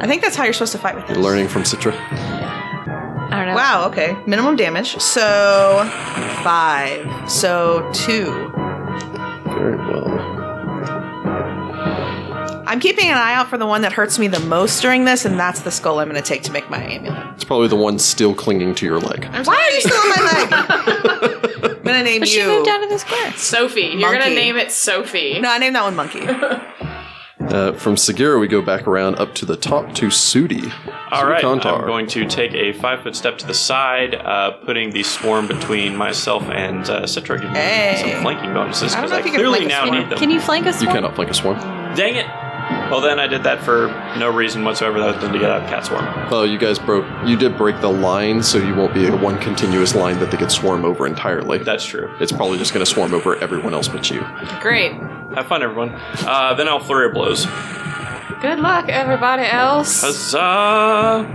[SPEAKER 5] I think that's how you're supposed to fight with
[SPEAKER 1] You're
[SPEAKER 5] this.
[SPEAKER 1] learning from Citra.
[SPEAKER 4] I don't know.
[SPEAKER 5] Wow, okay. Minimum damage. So, five. So, two.
[SPEAKER 1] Very well.
[SPEAKER 5] I'm keeping an eye out for the one that hurts me the most during this, and that's the skull I'm going to take to make my amulet.
[SPEAKER 1] It's probably the one still clinging to your leg.
[SPEAKER 5] Why are you still on my leg? I'm going to name
[SPEAKER 4] But
[SPEAKER 5] you.
[SPEAKER 4] she moved out of the square.
[SPEAKER 3] Sophie. You're gonna
[SPEAKER 5] Monkey.
[SPEAKER 3] name it Sophie.
[SPEAKER 5] no, I named that one monkey.
[SPEAKER 1] Uh, from Segura, we go back around up to the top to Sudi.
[SPEAKER 2] All right,
[SPEAKER 1] Sudikantar.
[SPEAKER 2] I'm going to take a five foot step to the side, uh, putting the swarm between myself and uh, Citra, giving me
[SPEAKER 5] Hey.
[SPEAKER 2] some flanking bonuses
[SPEAKER 5] I
[SPEAKER 2] because
[SPEAKER 5] don't know
[SPEAKER 2] I,
[SPEAKER 5] if you can
[SPEAKER 2] clearly
[SPEAKER 5] flank a
[SPEAKER 2] now
[SPEAKER 5] swarm.
[SPEAKER 2] need them.
[SPEAKER 4] Can you flank us?
[SPEAKER 1] You
[SPEAKER 4] more?
[SPEAKER 1] cannot flank a swarm.
[SPEAKER 2] Dang it! Well, then I did that for no reason whatsoever. That was to get out of cat swarm.
[SPEAKER 1] Oh, you guys broke. You did break the line, so you won't be a one continuous line that they could swarm over entirely.
[SPEAKER 2] That's true.
[SPEAKER 1] it's probably just going to swarm over everyone else but you.
[SPEAKER 3] Great.
[SPEAKER 2] Have fun, everyone. Uh, then I'll flurry of blows.
[SPEAKER 3] Good luck, everybody else.
[SPEAKER 2] uh, Huzzah!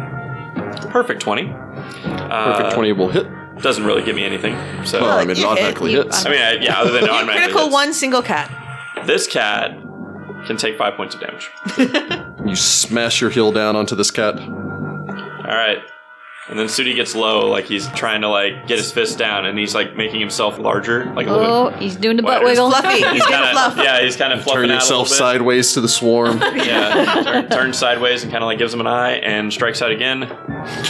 [SPEAKER 2] Perfect twenty. Uh,
[SPEAKER 1] Perfect 20 will hit.
[SPEAKER 2] doesn't really give me anything. So
[SPEAKER 1] Well, I mean, it
[SPEAKER 5] you hit,
[SPEAKER 1] automatically
[SPEAKER 4] you-
[SPEAKER 1] hits.
[SPEAKER 2] I mean, I, yeah. Other than
[SPEAKER 5] You
[SPEAKER 2] automatically
[SPEAKER 5] critical
[SPEAKER 2] hits.
[SPEAKER 5] one single cat.
[SPEAKER 2] This cat can take five points of damage.
[SPEAKER 1] You smash your heel down onto this cat.
[SPEAKER 2] All right. And then Sudi gets low, like he's trying to like get his fist down, and he's like making himself larger, like a little.
[SPEAKER 4] Oh, he's doing the butt
[SPEAKER 2] Why, there's
[SPEAKER 4] wiggle.
[SPEAKER 5] Fluffy. He's
[SPEAKER 2] He's
[SPEAKER 5] gonna
[SPEAKER 2] kind
[SPEAKER 5] fluff.
[SPEAKER 2] of yeah, he's kind of fluffing
[SPEAKER 1] Turn
[SPEAKER 2] out
[SPEAKER 1] yourself
[SPEAKER 2] a little bit.
[SPEAKER 1] sideways to the swarm.
[SPEAKER 2] Yeah, turn, turn sideways and kind of like gives him an eye, and strikes out again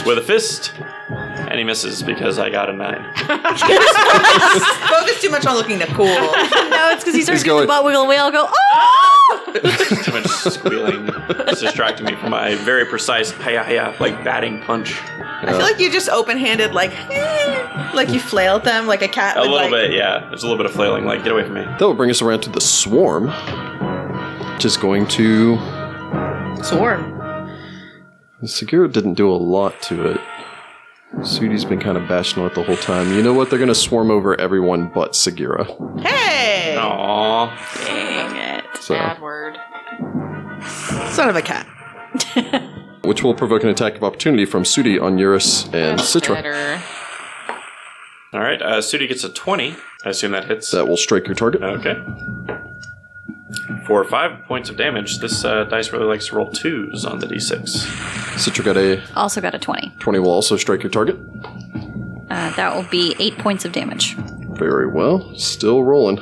[SPEAKER 2] with a fist, and he misses because I got a nine.
[SPEAKER 5] Focus too much on looking the cool.
[SPEAKER 4] no, it's because he starts
[SPEAKER 1] He's going-
[SPEAKER 4] doing the butt wiggle. and We all go, oh!
[SPEAKER 2] Too much squealing is distracting me from my very precise hiya hiya like batting punch.
[SPEAKER 5] I feel like you just open handed, like, "Eh," like you flailed them like a cat.
[SPEAKER 2] A
[SPEAKER 5] would,
[SPEAKER 2] little
[SPEAKER 5] like,
[SPEAKER 2] bit, yeah. There's a little bit of flailing. Like, get away from me.
[SPEAKER 1] That will bring us around to the swarm, which is going to.
[SPEAKER 5] Swarm.
[SPEAKER 1] Segura didn't do a lot to it. Sudi's been kind of bashing on it the whole time. You know what? They're going to swarm over everyone but Segura.
[SPEAKER 5] Hey!
[SPEAKER 2] Aw.
[SPEAKER 4] Dang it.
[SPEAKER 1] So,
[SPEAKER 3] Bad word.
[SPEAKER 5] Son of a cat.
[SPEAKER 1] which will provoke an attack of opportunity from Sudi on Eurus and Citra.
[SPEAKER 3] Better.
[SPEAKER 2] All right. Uh, Sudi gets a twenty. I assume that hits.
[SPEAKER 1] That will strike your target.
[SPEAKER 2] Okay. Four or five points of damage. This uh, dice really likes to roll twos on the d6.
[SPEAKER 1] Citra got a
[SPEAKER 4] Also got a 20.
[SPEAKER 1] 20 will also strike your target.
[SPEAKER 4] Uh, that will be eight points of damage.
[SPEAKER 1] Very well. Still rolling.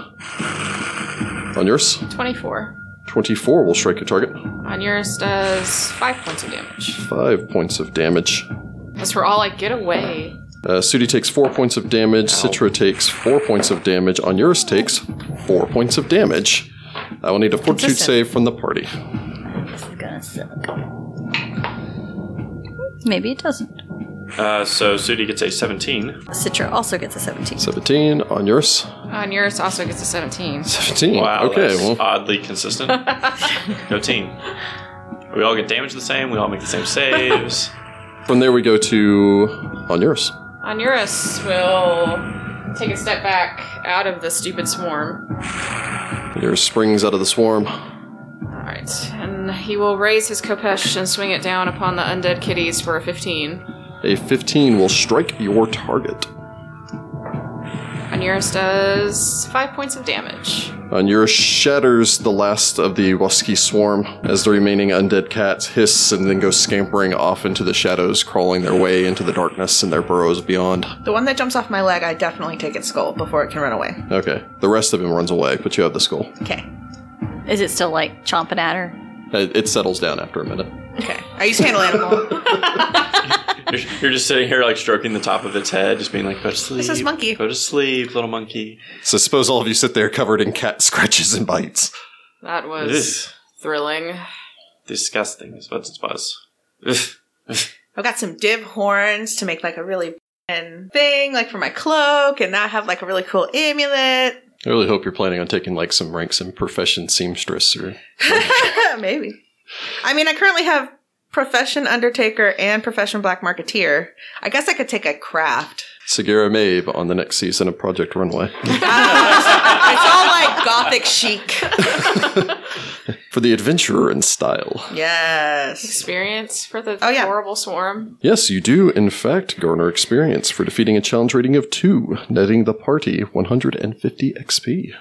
[SPEAKER 1] On yours,
[SPEAKER 3] 24.
[SPEAKER 1] 24 will strike your target.
[SPEAKER 3] On yours does 5 points of damage.
[SPEAKER 1] Five points of damage.
[SPEAKER 3] Because we're all like, get away.
[SPEAKER 1] Uh, Sudi takes four points of damage. Citra takes four points of damage. On yours takes four points of damage. I will need a fortitude
[SPEAKER 4] Consistent.
[SPEAKER 1] save from the party.
[SPEAKER 4] This is gonna suck. Maybe it doesn't.
[SPEAKER 2] Uh, so Sudi gets a 17.
[SPEAKER 4] Citra also gets a 17.
[SPEAKER 1] 17 on yours.
[SPEAKER 3] On yours also gets a 17.
[SPEAKER 1] 17.
[SPEAKER 2] Wow.
[SPEAKER 1] okay,
[SPEAKER 2] that's
[SPEAKER 1] well,
[SPEAKER 2] oddly consistent. Go team. We all get damage the same. We all make the same saves.
[SPEAKER 1] from there we go to on yours.
[SPEAKER 3] On yours will take a step back out of the stupid swarm.
[SPEAKER 1] Yours springs out of the swarm.
[SPEAKER 3] Alright. And he will raise his Kopesh and swing it down upon the undead kitties for a 15.
[SPEAKER 1] A 15 will strike your target.
[SPEAKER 3] On yours does 5 points of damage.
[SPEAKER 1] On yours shatters the last of the Waski swarm as the remaining undead cats hiss and then go scampering off into the shadows, crawling their way into the darkness and their burrows beyond.
[SPEAKER 5] The one that jumps off my leg, I definitely take its skull before it can run away.
[SPEAKER 1] Okay. The rest of him runs away, but you have the skull.
[SPEAKER 5] Okay.
[SPEAKER 4] Is it still like chomping at her?
[SPEAKER 1] It, it settles down after a minute.
[SPEAKER 5] Okay. I use handle animal.
[SPEAKER 2] You're, you're just sitting here, like stroking the top of its head, just being like, "Go to sleep,
[SPEAKER 5] is monkey.
[SPEAKER 2] Go to sleep, little monkey."
[SPEAKER 1] So suppose all of you sit there covered in cat scratches and bites.
[SPEAKER 3] That
[SPEAKER 2] Ugh,
[SPEAKER 3] was thrilling.
[SPEAKER 2] disgusting. Is what it was. Ugh.
[SPEAKER 5] I've got some div horns to make like a really and thing, like for my cloak, and now I have like a really cool amulet.
[SPEAKER 1] I really hope you're planning on taking like some ranks in profession seamstress or
[SPEAKER 5] Maybe. I mean, I currently have profession undertaker and profession black marketeer. I guess I could take a craft.
[SPEAKER 1] Segura Mabe on the next season of Project Runway.
[SPEAKER 5] it's all like gothic chic.
[SPEAKER 1] For the adventurer in style.
[SPEAKER 5] Yes.
[SPEAKER 3] Experience for the
[SPEAKER 5] Oh, yeah.
[SPEAKER 3] horrible swarm.
[SPEAKER 1] Yes, you do, in fact, garner experience for defeating a challenge rating of two, netting the party 150 XP.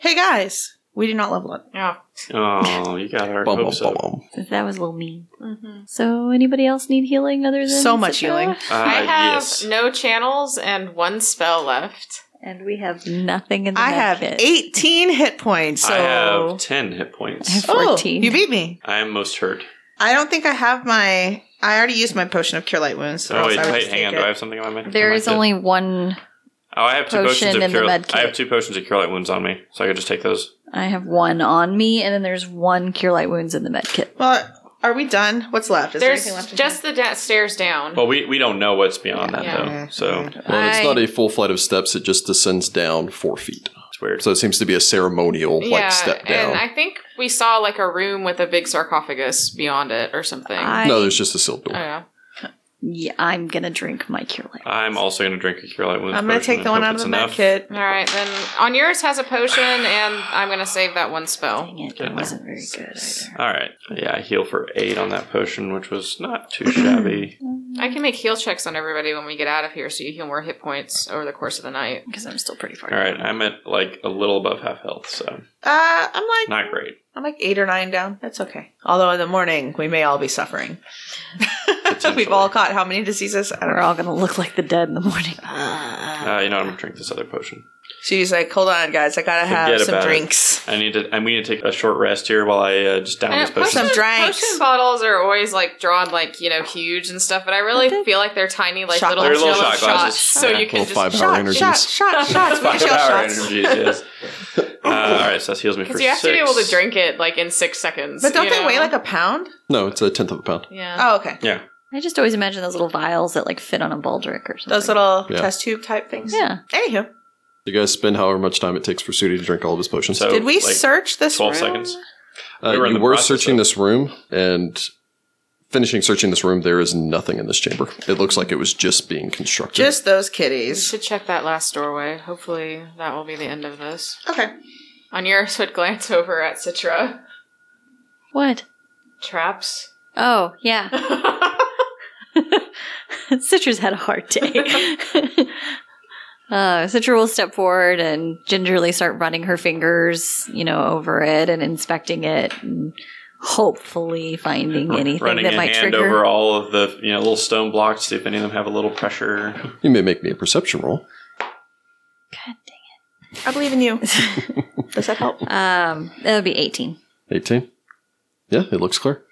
[SPEAKER 5] Hey guys, we did not level up.
[SPEAKER 3] Yeah.
[SPEAKER 2] Oh, you got our
[SPEAKER 1] Bum, bum,
[SPEAKER 2] hopes
[SPEAKER 1] bum,
[SPEAKER 2] up.
[SPEAKER 1] bum.
[SPEAKER 4] That was a little mean.
[SPEAKER 2] Mm-hmm.
[SPEAKER 4] So, anybody else need healing other than
[SPEAKER 5] So much
[SPEAKER 4] Citra?
[SPEAKER 5] healing.
[SPEAKER 2] Uh,
[SPEAKER 3] I have
[SPEAKER 2] yes.
[SPEAKER 3] no channels and one spell left.
[SPEAKER 4] And we have nothing in the
[SPEAKER 5] I
[SPEAKER 4] med
[SPEAKER 5] have
[SPEAKER 4] kit.
[SPEAKER 5] 18 hit points. So
[SPEAKER 2] I have ten hit points.
[SPEAKER 4] have
[SPEAKER 5] Oh,
[SPEAKER 4] 14.
[SPEAKER 5] you beat me.
[SPEAKER 2] I am most hurt.
[SPEAKER 5] I don't think I have my. I already used my potion of cure light wounds. or
[SPEAKER 2] Oh
[SPEAKER 5] else
[SPEAKER 2] wait,
[SPEAKER 5] I would
[SPEAKER 2] wait,
[SPEAKER 5] just
[SPEAKER 2] hang
[SPEAKER 5] take
[SPEAKER 2] on.
[SPEAKER 5] it.
[SPEAKER 2] Do I have something on my? on
[SPEAKER 4] There
[SPEAKER 2] my
[SPEAKER 4] is
[SPEAKER 2] kit?
[SPEAKER 4] only one.
[SPEAKER 2] Oh, I have two
[SPEAKER 4] potion
[SPEAKER 2] potions
[SPEAKER 4] in
[SPEAKER 2] of
[SPEAKER 4] the
[SPEAKER 2] cure.
[SPEAKER 4] med
[SPEAKER 2] I have
[SPEAKER 4] kit.
[SPEAKER 2] two potions of cure light wounds on me, so I could just take those.
[SPEAKER 4] I have one on me, and then there's one cure light wounds in the med kit.
[SPEAKER 5] Well, are we done? What's left? Is there
[SPEAKER 3] There's
[SPEAKER 5] anything left to
[SPEAKER 3] just the da- stairs down.
[SPEAKER 1] Oh,
[SPEAKER 2] Well, we, we don't know what's beyond that
[SPEAKER 3] Yeah.
[SPEAKER 2] though, so
[SPEAKER 1] Well, it's
[SPEAKER 4] I-
[SPEAKER 1] not a full flight of steps, it just descends down four feet.
[SPEAKER 2] it's weird.
[SPEAKER 1] So it seems to be a ceremonial
[SPEAKER 3] yeah,
[SPEAKER 1] like step down.
[SPEAKER 3] and I think we saw like a room with a big sarcophagus beyond it or something. Oh, I,
[SPEAKER 4] I,
[SPEAKER 1] no, there's just a sealed
[SPEAKER 3] don't
[SPEAKER 1] door.
[SPEAKER 3] know.
[SPEAKER 4] yeah, I'm gonna drink my cure light.
[SPEAKER 2] I'm also going to drink a cure light
[SPEAKER 5] do?
[SPEAKER 2] wounds.
[SPEAKER 5] I'm gonna
[SPEAKER 2] potion
[SPEAKER 5] take the
[SPEAKER 2] and
[SPEAKER 5] one
[SPEAKER 2] hope
[SPEAKER 5] out of
[SPEAKER 2] it's
[SPEAKER 5] the med
[SPEAKER 2] enough.
[SPEAKER 5] kit.
[SPEAKER 3] All right, then on yours has a potion, and I'm gonna save that one spell.
[SPEAKER 4] Dang it, that wasn't very good either.
[SPEAKER 2] All right. Yeah, I heal for eight on that potion, which was not too shabby.
[SPEAKER 3] I can make heal checks on everybody when we get out of here, so you heal more hit points over the course of the night.
[SPEAKER 4] Because I'm still pretty far.
[SPEAKER 2] All right, I'm at like a little above half health, so
[SPEAKER 5] Uh, I'm like
[SPEAKER 2] not great.
[SPEAKER 5] I'm like eight or nine down. That's okay. Although in the morning we may all be suffering. We've all caught how many diseases? I don't
[SPEAKER 4] We're
[SPEAKER 5] know.
[SPEAKER 4] all gonna look like the dead in the morning.
[SPEAKER 2] Uh, you know, what, I'm gonna drink this other potion.
[SPEAKER 5] She's like, hold on, guys. I gotta have
[SPEAKER 2] Forget
[SPEAKER 5] some
[SPEAKER 2] about it.
[SPEAKER 5] drinks.
[SPEAKER 2] I need to. I'm going to take a short rest here while I uh, just down
[SPEAKER 3] And
[SPEAKER 2] this potion.
[SPEAKER 5] Some drinks.
[SPEAKER 3] potion bottles are always like drawn like you know huge and stuff, but I really
[SPEAKER 4] Okay.
[SPEAKER 3] feel like they're tiny like
[SPEAKER 5] Shot
[SPEAKER 3] little,
[SPEAKER 5] glasses.
[SPEAKER 2] They're little
[SPEAKER 3] jello
[SPEAKER 2] shot glasses.
[SPEAKER 3] shots, so
[SPEAKER 2] Yeah.
[SPEAKER 3] you can
[SPEAKER 1] Little
[SPEAKER 3] just
[SPEAKER 1] five hour energies.
[SPEAKER 5] shots, shots, shots. We
[SPEAKER 2] Five
[SPEAKER 5] need shell
[SPEAKER 2] hour
[SPEAKER 5] shots.
[SPEAKER 2] energies, yes. Uh, all right, so that's heals me for
[SPEAKER 3] because you have
[SPEAKER 2] six.
[SPEAKER 3] to be able to drink it like in six seconds.
[SPEAKER 5] But don't
[SPEAKER 3] you
[SPEAKER 5] they
[SPEAKER 3] know?
[SPEAKER 5] weigh like a pound?
[SPEAKER 1] No, it's a tenth of a pound.
[SPEAKER 3] yeah?
[SPEAKER 5] Oh, okay.
[SPEAKER 2] Yeah,
[SPEAKER 4] I just always imagine those little vials that like fit on a baldric or something.
[SPEAKER 5] Those little
[SPEAKER 1] Yeah.
[SPEAKER 5] test tube type things.
[SPEAKER 4] Yeah.
[SPEAKER 5] Anywho,
[SPEAKER 1] You guys spend however much time it takes for Sudi to drink all of his potions.
[SPEAKER 2] So-
[SPEAKER 5] did we
[SPEAKER 2] Oh, like,
[SPEAKER 5] search this
[SPEAKER 2] twelve
[SPEAKER 5] room?
[SPEAKER 2] seconds.
[SPEAKER 1] Uh,
[SPEAKER 2] We were in
[SPEAKER 1] you
[SPEAKER 2] the
[SPEAKER 1] were
[SPEAKER 2] process
[SPEAKER 1] searching
[SPEAKER 2] of-
[SPEAKER 1] this room and finishing searching this room. There is nothing in this chamber. It looks like it was just being constructed.
[SPEAKER 5] Just those
[SPEAKER 3] We
[SPEAKER 5] kitties.
[SPEAKER 3] should check that last doorway. Hopefully, that will be the end of this.
[SPEAKER 5] Okay.
[SPEAKER 3] On yours would glance over at Citra.
[SPEAKER 4] What?
[SPEAKER 3] Traps.
[SPEAKER 4] Oh, yeah. Citra's had a hard day. uh, Citra will step forward and gingerly start running her fingers, you know, over it and inspecting it and hopefully finding anything
[SPEAKER 2] Running
[SPEAKER 4] that
[SPEAKER 2] a
[SPEAKER 4] might
[SPEAKER 2] hand
[SPEAKER 4] trigger.
[SPEAKER 2] over all of the you know little stone blocks, see if any of them have a little pressure.
[SPEAKER 1] you may make me a perception roll.
[SPEAKER 4] God
[SPEAKER 5] I believe in you. Does that help?
[SPEAKER 4] dang. Um, that'll be 18.
[SPEAKER 1] Eighteen. Yeah, it looks clear.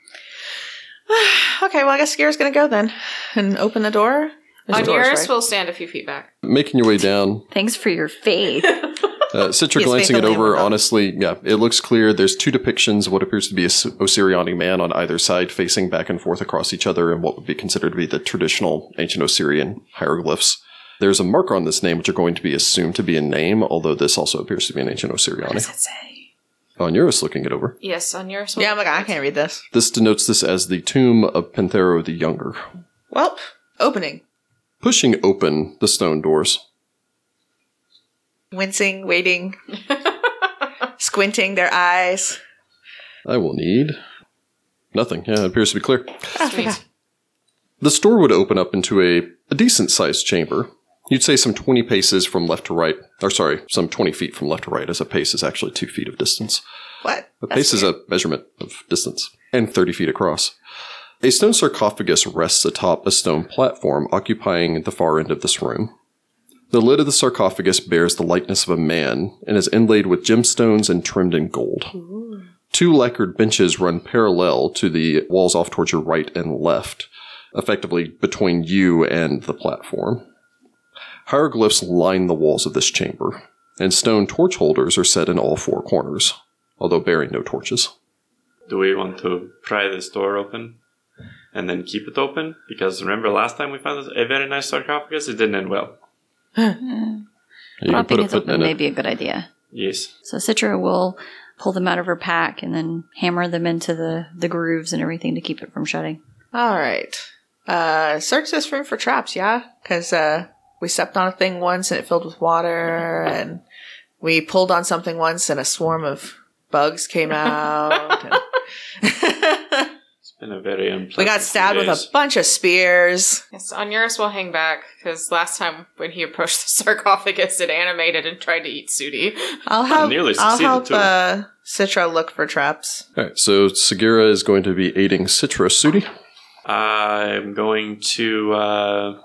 [SPEAKER 5] okay, well, I guess Scare's gonna go then and open the door. There's
[SPEAKER 3] On
[SPEAKER 5] doors,
[SPEAKER 3] yours
[SPEAKER 5] right?
[SPEAKER 3] will stand a few feet back.
[SPEAKER 1] Making your way down,
[SPEAKER 4] Thanks for your faith.
[SPEAKER 1] uh, Citra
[SPEAKER 5] Yes,
[SPEAKER 1] glancing it
[SPEAKER 5] faithfully
[SPEAKER 1] over.
[SPEAKER 5] will help.
[SPEAKER 1] Honestly, yeah, it looks clear. There's two depictions. of What appears to be a S- Osiriani man on either side, facing back and forth across each other, in what would be considered to be the traditional ancient Osirian hieroglyphs. There's a marker on this name, which are going to be assumed to be a name, although this also appears to be an ancient Osiriani.
[SPEAKER 4] it say?
[SPEAKER 1] on Eurus looking it over.
[SPEAKER 3] Yes, on yours. will-
[SPEAKER 5] Yeah, I'm like, I can't read this.
[SPEAKER 1] This denotes this as the tomb of Panthero the Younger.
[SPEAKER 5] Welp, opening.
[SPEAKER 1] Pushing open the stone doors,
[SPEAKER 5] Wincing, waiting, squinting their eyes.
[SPEAKER 1] I will need nothing. Yeah, it appears to be clear.
[SPEAKER 3] Sweet.
[SPEAKER 1] This door would open up into a, a decent sized chamber. You'd say some 20 paces from left to right, or sorry, some 20 feet from left to right, as a pace is actually two feet of distance.
[SPEAKER 5] What?
[SPEAKER 1] A pace is a measurement of distance and 30 feet across. A stone sarcophagus rests atop a stone platform occupying the far end of this room. The lid of the sarcophagus bears the likeness of a man and is inlaid with gemstones and trimmed in gold. Two lacquered benches run parallel to the walls off towards your right and left, effectively between you and the platform. Hieroglyphs line the walls of this chamber, and stone torch holders are set in all four corners although bearing no torches.
[SPEAKER 2] Do we want to pry this door open and then keep it open? Because remember last time we found a very nice sarcophagus, it didn't end well.
[SPEAKER 1] You can
[SPEAKER 4] Propping
[SPEAKER 1] put a
[SPEAKER 4] it
[SPEAKER 1] foot
[SPEAKER 4] open
[SPEAKER 1] in
[SPEAKER 4] may
[SPEAKER 1] it.
[SPEAKER 4] be a good idea.
[SPEAKER 2] Yes.
[SPEAKER 4] So Citra will pull them out of her pack and then hammer them into the, the grooves and everything to keep it from shutting.
[SPEAKER 5] All right. Uh, search this room for traps, yeah? Because uh, we stepped on a thing once and it filled with water, and we pulled on something once and a swarm of bugs came out. and-
[SPEAKER 2] It's been a very unpleasant.
[SPEAKER 5] we got
[SPEAKER 2] few
[SPEAKER 5] stabbed with a
[SPEAKER 2] days.
[SPEAKER 5] bunch of spears.
[SPEAKER 3] Yes, on yours will hang back because last time when he approached the sarcophagus, it animated and tried to eat Sudi.
[SPEAKER 5] I'll help.
[SPEAKER 2] nearly
[SPEAKER 5] I'll
[SPEAKER 2] succeeded,
[SPEAKER 5] help
[SPEAKER 2] too.
[SPEAKER 5] uh, Citra look for traps.
[SPEAKER 1] All right, so Sagira is going to be aiding Citra Sudi.
[SPEAKER 2] I'm going to uh,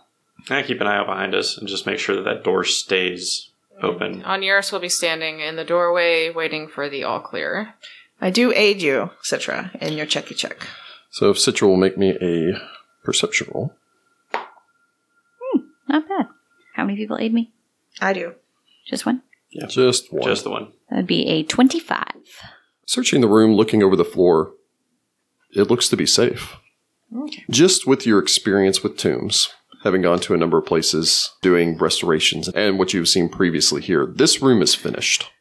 [SPEAKER 2] kinda keep an eye out behind us and just make sure that that door stays open.
[SPEAKER 3] On yours will be standing in the doorway, waiting for the all clear.
[SPEAKER 5] I do aid you, Citra, in your checky check.
[SPEAKER 1] So if Citra will make me a perception roll,
[SPEAKER 4] Not bad. How many people aid me?
[SPEAKER 5] I do.
[SPEAKER 4] Just one?
[SPEAKER 1] just one.
[SPEAKER 2] Just the one.
[SPEAKER 4] That'd be a 25.
[SPEAKER 1] Searching the room, looking over the floor, it looks to be safe.
[SPEAKER 5] Okay.
[SPEAKER 1] Just with your experience with tombs, having gone to a number of places doing restorations and what you've seen previously here, this room is finished.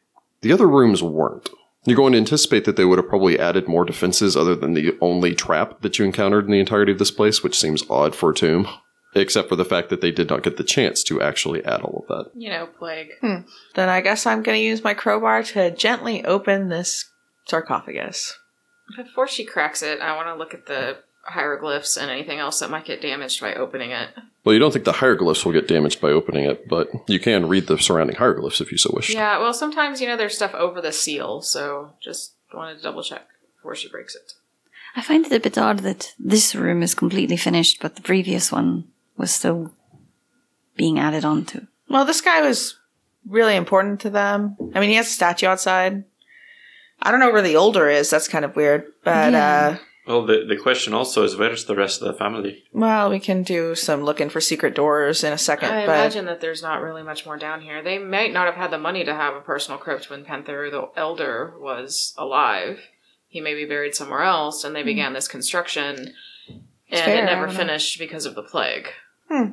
[SPEAKER 1] The other rooms weren't. You're going to anticipate that they would have probably added more defenses other than the only trap that you encountered in the entirety of this place, which seems odd for a tomb, except for the fact that they did not get the chance to actually add all of that.
[SPEAKER 3] You know, plague.
[SPEAKER 5] Then I guess I'm going to use my crowbar to gently open this sarcophagus.
[SPEAKER 3] Before she cracks it, I want to look at the hieroglyphs and anything else that might get damaged by opening it.
[SPEAKER 1] Well, you don't think the hieroglyphs will get damaged by opening it, but you can read the surrounding hieroglyphs if you so wish.
[SPEAKER 3] Yeah, well, sometimes, you know, there's stuff over the seal, so just wanted to double check before she breaks it.
[SPEAKER 4] I find it a bit odd that this room is completely finished, but the previous one was still being added on to.
[SPEAKER 5] Well, this guy was really important to them. I mean, he has a statue outside. I don't know where the older is. That's kind of weird. But,
[SPEAKER 4] Yeah.
[SPEAKER 5] uh,
[SPEAKER 2] Well, the, the question also is where's the rest of the family?
[SPEAKER 5] well, we can do some looking for secret doors in a second.
[SPEAKER 3] I
[SPEAKER 5] but
[SPEAKER 3] imagine that there's not really much more down here. They might not have had the money to have a personal crypt when Pantheru the Elder was alive. He may be buried somewhere else, and they began this construction, and
[SPEAKER 5] Hmm. fair,
[SPEAKER 3] it
[SPEAKER 5] I
[SPEAKER 3] never
[SPEAKER 5] don't know.
[SPEAKER 3] finished because of the plague.
[SPEAKER 5] Well,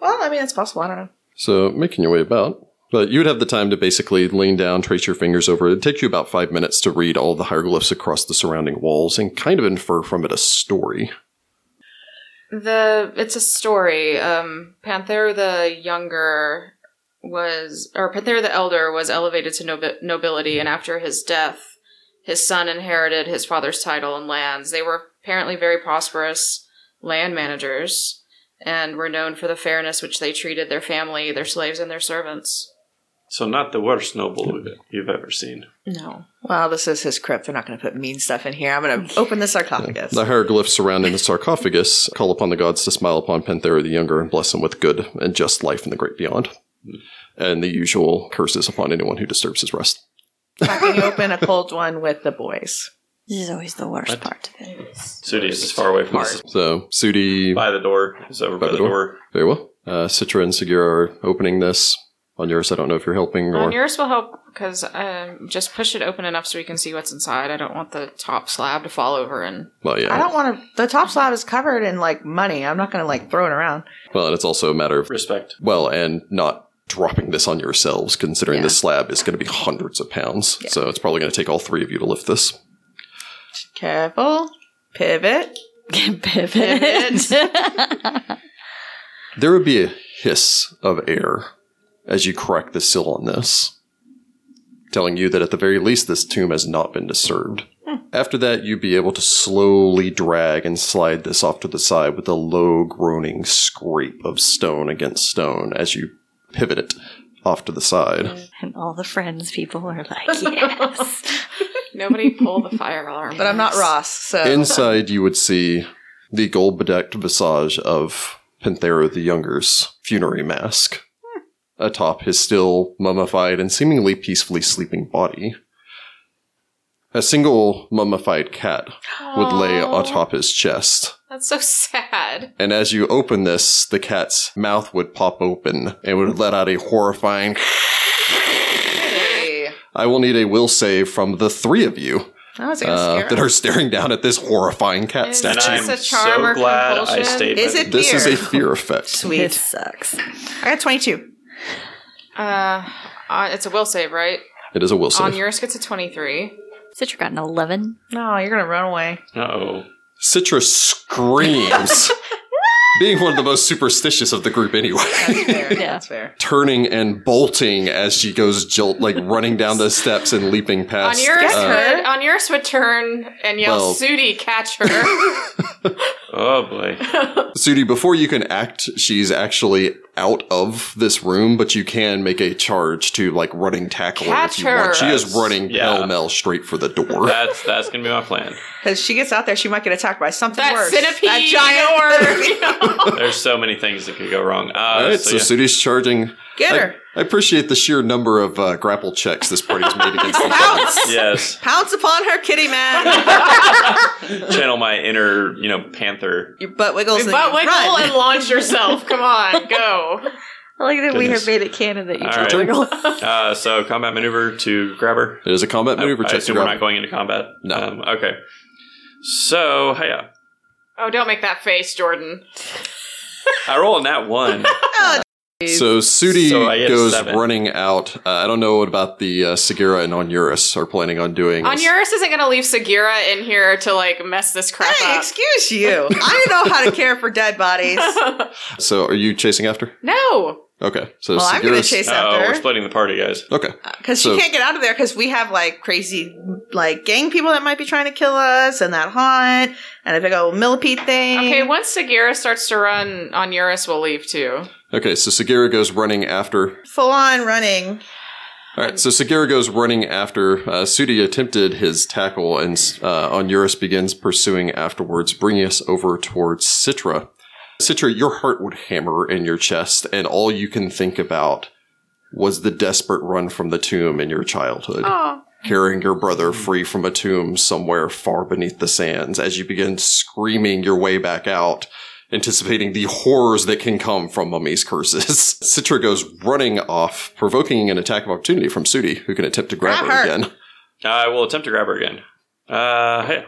[SPEAKER 5] I mean, it's possible. I don't know.
[SPEAKER 1] So making your way about, but you would have the time to basically lean down, trace your fingers over it. It'd take you about five minutes to read all the hieroglyphs across the surrounding walls and kind of infer from it a story.
[SPEAKER 3] The it's a story. Um, Panther the Younger was, or Panther the Elder was elevated to nobi- nobility, and after his death, his son inherited his father's title and lands. They were apparently very prosperous land managers, and were known for the fairness which they treated their family, their slaves, and their servants.
[SPEAKER 2] So, not the worst noble we've- you've ever seen.
[SPEAKER 3] No,
[SPEAKER 5] Well, this is his crypt. They're not going to put mean stuff in here. I'm going to open the sarcophagus.
[SPEAKER 1] The hieroglyphs surrounding the sarcophagus call upon the gods to smile upon Panthera the Younger and bless him with good and just life in the great beyond. And the usual curses upon anyone who disturbs his rest.
[SPEAKER 5] Cracking open a cold one with the boys.
[SPEAKER 4] This is always the worst
[SPEAKER 2] What?
[SPEAKER 4] part of it.
[SPEAKER 2] Sudi is as far away from us.
[SPEAKER 1] So, Sudi,
[SPEAKER 2] By the door. It's over by, the door.
[SPEAKER 1] Very well. Uh, Citra and Segura are opening this. On yours, I don't know if you're helping or.
[SPEAKER 3] Uh, Nearest will help because um, just push it open enough so we can see what's inside. I don't want the top slab to fall over and
[SPEAKER 1] well, yeah.
[SPEAKER 5] I don't want to. The top slab is covered in like money. I'm not going to like throw it around.
[SPEAKER 1] well, and it's also a matter of
[SPEAKER 2] Respect.
[SPEAKER 1] well, and not dropping this on yourselves, considering
[SPEAKER 5] Yeah.
[SPEAKER 1] this slab is going to be hundreds of pounds.
[SPEAKER 5] Yeah.
[SPEAKER 1] So it's probably going to take all three of you to lift this.
[SPEAKER 5] Careful. Pivot.
[SPEAKER 4] Pivot.
[SPEAKER 1] There would be a hiss of air as you crack the seal on this, telling you that at the very least, this tomb has not been disturbed.
[SPEAKER 5] Hmm.
[SPEAKER 1] After that, you'd be able to slowly drag and slide this off to the side with a low groaning scrape of stone against stone as you pivot it off to the side.
[SPEAKER 4] and all the friends people are like, yes.
[SPEAKER 3] nobody pull the fire alarm.
[SPEAKER 5] But I'm not
[SPEAKER 3] please.
[SPEAKER 5] Ross, so
[SPEAKER 1] Inside, you would see the gold bedecked visage of Panthera the Younger's funerary mask atop his still mummified and seemingly peacefully sleeping body. A single mummified cat would lay
[SPEAKER 3] Aw,
[SPEAKER 1] atop his chest.
[SPEAKER 3] That's so sad.
[SPEAKER 1] And as you open this, the cat's mouth would pop open and would let out a horrifying.
[SPEAKER 3] uh,
[SPEAKER 5] Hey.
[SPEAKER 1] I will need a will save from the three of you
[SPEAKER 5] I was going to
[SPEAKER 1] uh,
[SPEAKER 5] scare
[SPEAKER 1] that
[SPEAKER 5] him.
[SPEAKER 1] are staring down at this horrifying cat
[SPEAKER 3] Is
[SPEAKER 1] statue.
[SPEAKER 3] that
[SPEAKER 2] And
[SPEAKER 3] It's
[SPEAKER 2] I'm
[SPEAKER 3] a charm
[SPEAKER 2] so
[SPEAKER 3] or
[SPEAKER 2] glad I
[SPEAKER 3] compulsion.
[SPEAKER 2] stayed.
[SPEAKER 5] Is
[SPEAKER 2] by
[SPEAKER 5] it
[SPEAKER 2] the-
[SPEAKER 1] This is
[SPEAKER 5] Fear.
[SPEAKER 1] a fear effect.
[SPEAKER 4] It
[SPEAKER 5] Sweet.
[SPEAKER 4] sucks.
[SPEAKER 5] I got 22.
[SPEAKER 3] Uh, uh, it's a will save, right?
[SPEAKER 1] It is a will save.
[SPEAKER 3] On yours gets a twenty-three.
[SPEAKER 4] Citra got an 11.
[SPEAKER 5] No, you're going to run away.
[SPEAKER 2] Uh-oh.
[SPEAKER 1] Citra screams, being one of the most superstitious of the group anyway.
[SPEAKER 5] That's fair.
[SPEAKER 4] Yeah.
[SPEAKER 5] That's fair.
[SPEAKER 1] Turning and bolting as she goes jolt, like running down the steps and leaping past.
[SPEAKER 3] On yours,
[SPEAKER 5] uh,
[SPEAKER 3] would- on yours would turn and yell,
[SPEAKER 1] Well-
[SPEAKER 3] "Sudi, catch her!"
[SPEAKER 2] Oh, boy.
[SPEAKER 1] Sudi, before you can act, she's actually out of this room, but you can make a charge to like running tackle her if
[SPEAKER 3] Catch
[SPEAKER 1] you want.
[SPEAKER 3] her.
[SPEAKER 1] She is running
[SPEAKER 2] Yeah.
[SPEAKER 1] pell mell straight for the door.
[SPEAKER 2] That's that's going to be my plan.
[SPEAKER 5] Because she gets out there, she might get attacked by something
[SPEAKER 3] That
[SPEAKER 5] worse.
[SPEAKER 3] centipede
[SPEAKER 5] That giant centipede.
[SPEAKER 2] There's so many things that could go wrong. Uh,
[SPEAKER 1] All right,
[SPEAKER 2] so
[SPEAKER 1] so, Sudi's charging.
[SPEAKER 5] Get
[SPEAKER 1] I,
[SPEAKER 5] her.
[SPEAKER 1] I appreciate the sheer number of uh, grapple checks this party's made against the
[SPEAKER 5] Pounce.
[SPEAKER 2] yeah. yes,
[SPEAKER 5] Pounce upon her, kitty man.
[SPEAKER 2] channel my inner, you know, panther.
[SPEAKER 5] Your butt wiggles. and
[SPEAKER 3] Butt
[SPEAKER 5] you
[SPEAKER 3] wiggle
[SPEAKER 5] run.
[SPEAKER 3] and launch yourself. Come on, go.
[SPEAKER 4] I like that we
[SPEAKER 1] Goodness.
[SPEAKER 4] have made it canon that you
[SPEAKER 2] All
[SPEAKER 4] can
[SPEAKER 2] right.
[SPEAKER 4] juggle.
[SPEAKER 2] Uh, so combat maneuver to grab her.
[SPEAKER 1] It is a combat maneuver
[SPEAKER 2] I
[SPEAKER 1] check to
[SPEAKER 2] assume we're
[SPEAKER 1] grab.
[SPEAKER 2] not going into combat.
[SPEAKER 1] No.
[SPEAKER 2] Um, okay. So yeah,
[SPEAKER 3] Oh, don't make that face, Jordan.
[SPEAKER 2] I roll a nat one.
[SPEAKER 1] So Sudi
[SPEAKER 2] So I get
[SPEAKER 1] goes
[SPEAKER 2] seven.
[SPEAKER 1] running out. Uh, I don't know about the uh, Segura and Onuris are planning on doing. this.
[SPEAKER 3] Onuris isn't gonna leave Segura in here to like mess this crap
[SPEAKER 5] Hey, excuse you. I know how to care for dead bodies.
[SPEAKER 3] up.
[SPEAKER 1] So are you chasing after?
[SPEAKER 3] no.
[SPEAKER 1] Okay. So
[SPEAKER 5] Well, I'm going to
[SPEAKER 1] Segura's-
[SPEAKER 5] chase
[SPEAKER 2] Oh, we're
[SPEAKER 5] after her
[SPEAKER 2] splitting the party, guys.
[SPEAKER 1] Okay.
[SPEAKER 5] because
[SPEAKER 1] So-
[SPEAKER 5] she can't get out of there because we have like crazy like gang people that might be trying to kill us and that haunt and a big old millipede thing.
[SPEAKER 3] Okay, once Segura starts to run, Onuris will leave too.
[SPEAKER 1] Okay. So Segura goes running after.
[SPEAKER 5] full on running.
[SPEAKER 1] All right. So Segura goes running after. Uh, Sudi attempted his tackle, and uh, Onuris begins pursuing afterwards, bringing us over towards Citra. Citra, your heart would hammer in your chest, and all you can think about was the desperate run from the tomb in your childhood.
[SPEAKER 3] Oh.
[SPEAKER 1] carrying your brother free from a tomb somewhere far beneath the sands as you begin screaming your way back out, anticipating the horrors that can come from mummy's curses. Citra goes running off, provoking an attack of opportunity from Sudi, who can attempt to grab
[SPEAKER 5] Grab
[SPEAKER 1] her
[SPEAKER 5] her.
[SPEAKER 1] again.
[SPEAKER 2] I will attempt to grab her again. Uh, yeah,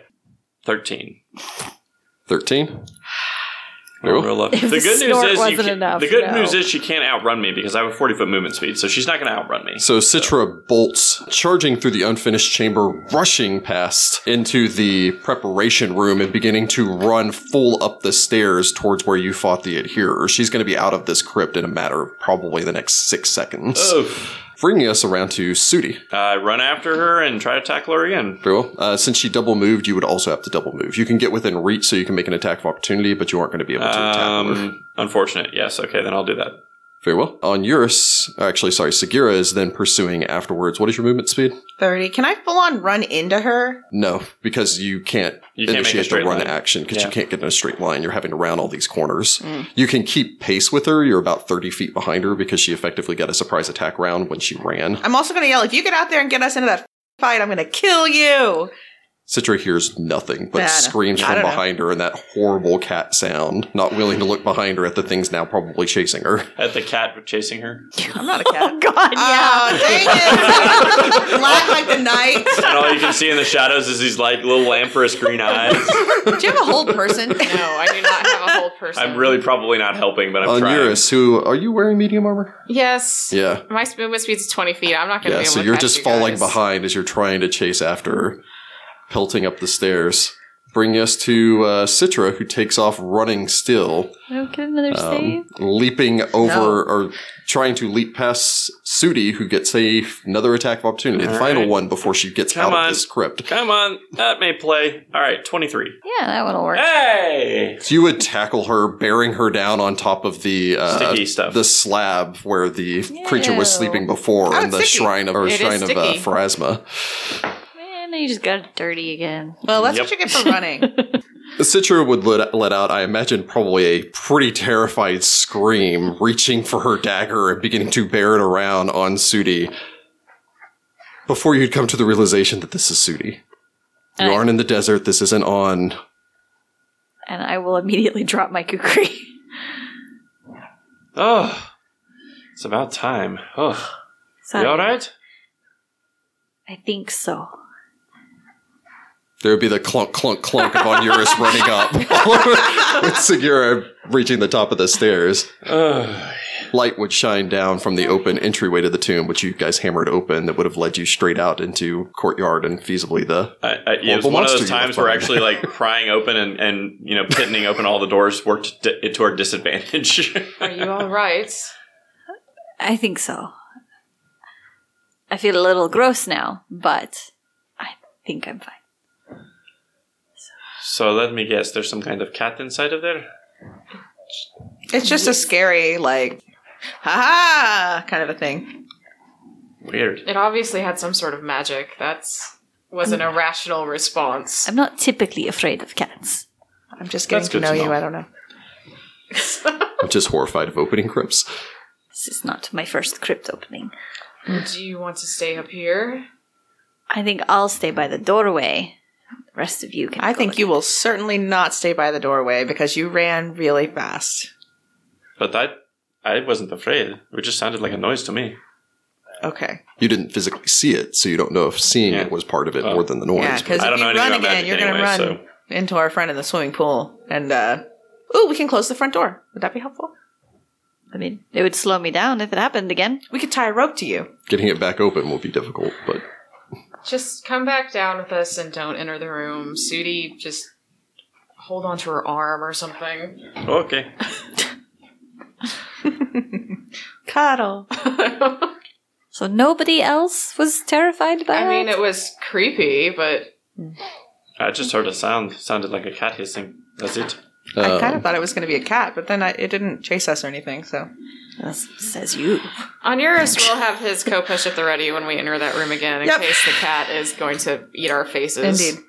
[SPEAKER 2] thirteen.
[SPEAKER 1] 13.
[SPEAKER 2] I roll low.
[SPEAKER 4] If
[SPEAKER 2] The
[SPEAKER 4] the
[SPEAKER 2] good news
[SPEAKER 4] snort
[SPEAKER 2] is you
[SPEAKER 4] wasn't
[SPEAKER 2] can,
[SPEAKER 4] enough,
[SPEAKER 2] the good
[SPEAKER 4] no.
[SPEAKER 2] news is she can't outrun me because I have a forty foot movement speed, so she's not going to outrun me.
[SPEAKER 1] So Citra bolts, charging through the unfinished chamber, rushing past into the preparation room and beginning to run full up the stairs towards where you fought the adherer. She's going to be out of this crypt in a matter of probably the next six seconds.
[SPEAKER 2] Oh.
[SPEAKER 1] Bringing us around to Sudi.
[SPEAKER 2] I run after her and try to tackle her again.
[SPEAKER 1] Very well. Uh, since she double moved, you would also have to double move. You can get within reach, so you can make an attack of opportunity, but you aren't going to be able to tackle her.
[SPEAKER 2] Um, unfortunate. Yes. Okay, then I'll do that.
[SPEAKER 1] Very well. On Eurus, actually, sorry, Segura is then pursuing afterwards. What is your movement speed?
[SPEAKER 5] Thirty. Can I full on run into her?
[SPEAKER 1] No, because you can't
[SPEAKER 2] You can't make a
[SPEAKER 1] initiate the
[SPEAKER 2] straight
[SPEAKER 1] run
[SPEAKER 2] line.
[SPEAKER 1] action because
[SPEAKER 2] Yeah. Mm.
[SPEAKER 1] you can't get in a straight line. You're having to round all these corners. You can keep pace with her. You're about 30 feet behind her because she effectively got a surprise attack round when she ran.
[SPEAKER 5] I'm also going to yell if you get out there and get us into that fight, I'm going to kill you.
[SPEAKER 1] Citra hears nothing but
[SPEAKER 5] Yeah, I know.
[SPEAKER 1] screams
[SPEAKER 5] I
[SPEAKER 1] from
[SPEAKER 5] don't know.
[SPEAKER 1] behind her and that horrible cat sound, not willing to look behind her at the things now probably chasing her.
[SPEAKER 2] At the cat chasing her,
[SPEAKER 5] I'm not a cat.
[SPEAKER 4] Oh God, yeah.
[SPEAKER 5] Oh, dang it! Black like the night.
[SPEAKER 2] and all you can see in the shadows is these like little lamprous green eyes.
[SPEAKER 5] Do you have a hold person?
[SPEAKER 3] No, I do not have a whole person.
[SPEAKER 2] I'm really probably not helping, but I'm
[SPEAKER 1] On
[SPEAKER 2] trying.
[SPEAKER 1] Eurus, who are you wearing medium armor?
[SPEAKER 3] Yes.
[SPEAKER 1] Yeah.
[SPEAKER 3] My s- movement speed is 20 feet. I'm not going to
[SPEAKER 1] Yeah,
[SPEAKER 3] be able
[SPEAKER 1] so
[SPEAKER 3] to
[SPEAKER 1] you're
[SPEAKER 3] catch
[SPEAKER 1] just
[SPEAKER 3] you
[SPEAKER 1] falling
[SPEAKER 3] guys.
[SPEAKER 1] behind as you're trying to chase after her, pelting up the stairs. Bringing us to uh, Citra, who takes off running still,
[SPEAKER 4] Okay, another
[SPEAKER 1] um,
[SPEAKER 4] save.
[SPEAKER 1] leaping over or trying to leap past Sudi, who gets a, another attack of opportunity, the
[SPEAKER 2] All
[SPEAKER 1] final
[SPEAKER 2] right.
[SPEAKER 1] one before she gets
[SPEAKER 2] Come
[SPEAKER 1] out
[SPEAKER 2] on.
[SPEAKER 1] of this crypt.
[SPEAKER 2] Come on, that may play. All right, twenty-three.
[SPEAKER 4] Yeah, that one'll work.
[SPEAKER 2] Hey,
[SPEAKER 1] So you would tackle her, bearing her down on top of the uh,
[SPEAKER 2] Sticky stuff.
[SPEAKER 1] the slab where the creature was
[SPEAKER 4] Ew.
[SPEAKER 1] sleeping before,
[SPEAKER 5] Oh,
[SPEAKER 1] in
[SPEAKER 5] it's
[SPEAKER 1] the
[SPEAKER 5] sticky.
[SPEAKER 1] shrine of or
[SPEAKER 3] It is
[SPEAKER 1] shrine of uh,
[SPEAKER 3] sticky.
[SPEAKER 1] Phrasma.
[SPEAKER 4] Man, you just got dirty again.
[SPEAKER 5] Well, that's
[SPEAKER 2] Yep.
[SPEAKER 5] what you get for running.
[SPEAKER 1] Citra would let, let out, I imagine, probably a pretty terrified scream, reaching for her dagger and beginning to bear it around on Sudi. Before you'd come to the realization that this is Sudi. You
[SPEAKER 4] Alright.
[SPEAKER 1] aren't in the desert, this isn't on.
[SPEAKER 4] And I will immediately drop my kukri.
[SPEAKER 2] oh, it's about time. Oh,
[SPEAKER 4] So
[SPEAKER 2] you all right?
[SPEAKER 4] I think so.
[SPEAKER 1] There would be the clunk, clunk, clunk of Onuris running up with Segura reaching the top of the stairs.
[SPEAKER 2] Ugh.
[SPEAKER 1] Light would shine down from the open entryway to the tomb, which you guys hammered open, that would have led you straight out into courtyard and feasibly the
[SPEAKER 2] I, I, it was
[SPEAKER 1] Horrible
[SPEAKER 2] one of
[SPEAKER 1] monster
[SPEAKER 2] those
[SPEAKER 1] you
[SPEAKER 2] times
[SPEAKER 1] left
[SPEAKER 2] where
[SPEAKER 1] behind.
[SPEAKER 2] actually like prying open and, and you know pitting open all the doors worked di- it to our disadvantage.
[SPEAKER 3] Are you all right?
[SPEAKER 4] I think so. I feel a little gross now, but I think I'm fine.
[SPEAKER 2] so let me guess, there's some kind of cat inside of there.
[SPEAKER 5] It's just a scary, like, ha ha kind of a thing.
[SPEAKER 2] Weird.
[SPEAKER 3] It obviously had some sort of magic. That's was an irrational response.
[SPEAKER 4] I'm not typically afraid of cats.
[SPEAKER 5] I'm just
[SPEAKER 2] That's
[SPEAKER 5] getting
[SPEAKER 2] good
[SPEAKER 5] to know,
[SPEAKER 2] to know.
[SPEAKER 5] you. I don't know.
[SPEAKER 1] I'm just horrified of opening crypts.
[SPEAKER 4] This is not my first crypt opening.
[SPEAKER 3] Do you want to stay up here?
[SPEAKER 4] I think I'll stay by the doorway. The rest of you can.
[SPEAKER 5] I
[SPEAKER 4] go
[SPEAKER 5] think
[SPEAKER 4] in.
[SPEAKER 5] you will certainly not stay by the doorway because you ran really fast.
[SPEAKER 2] But I I wasn't afraid. It just sounded like a noise to me.
[SPEAKER 5] Okay.
[SPEAKER 1] You didn't physically see it, so you don't know if seeing
[SPEAKER 2] Yeah.
[SPEAKER 1] it was part of it
[SPEAKER 2] Oh.
[SPEAKER 1] more than the noise.
[SPEAKER 5] Yeah, because
[SPEAKER 2] I don't
[SPEAKER 5] if you
[SPEAKER 2] know anything about
[SPEAKER 5] run again,
[SPEAKER 2] magic
[SPEAKER 5] you're going to
[SPEAKER 2] anyway,
[SPEAKER 5] run
[SPEAKER 2] so-
[SPEAKER 5] into our friend in the swimming pool. And, uh, ooh, we can close the front door. Would that be helpful?
[SPEAKER 4] I mean, it would slow me down if it happened again.
[SPEAKER 5] We could tie a rope to you.
[SPEAKER 1] Getting it back open will be difficult, but
[SPEAKER 3] Just come back down with us and don't enter the room. Sudie, just hold on to her arm or something.
[SPEAKER 2] Okay.
[SPEAKER 5] Cuddle.
[SPEAKER 3] I
[SPEAKER 4] So nobody else was terrified by
[SPEAKER 3] mean,
[SPEAKER 4] it.
[SPEAKER 3] it was creepy, but
[SPEAKER 2] I just heard a sound. Sounded like a cat hissing. That's it.
[SPEAKER 5] I kind
[SPEAKER 1] um,
[SPEAKER 5] of thought it was going to be a cat, but then I, it didn't chase us or anything. So
[SPEAKER 4] This says you.
[SPEAKER 3] Onuris will have his co push at the ready when we enter that room again in
[SPEAKER 5] Yep.
[SPEAKER 3] case the cat is going to eat our faces.
[SPEAKER 5] indeed,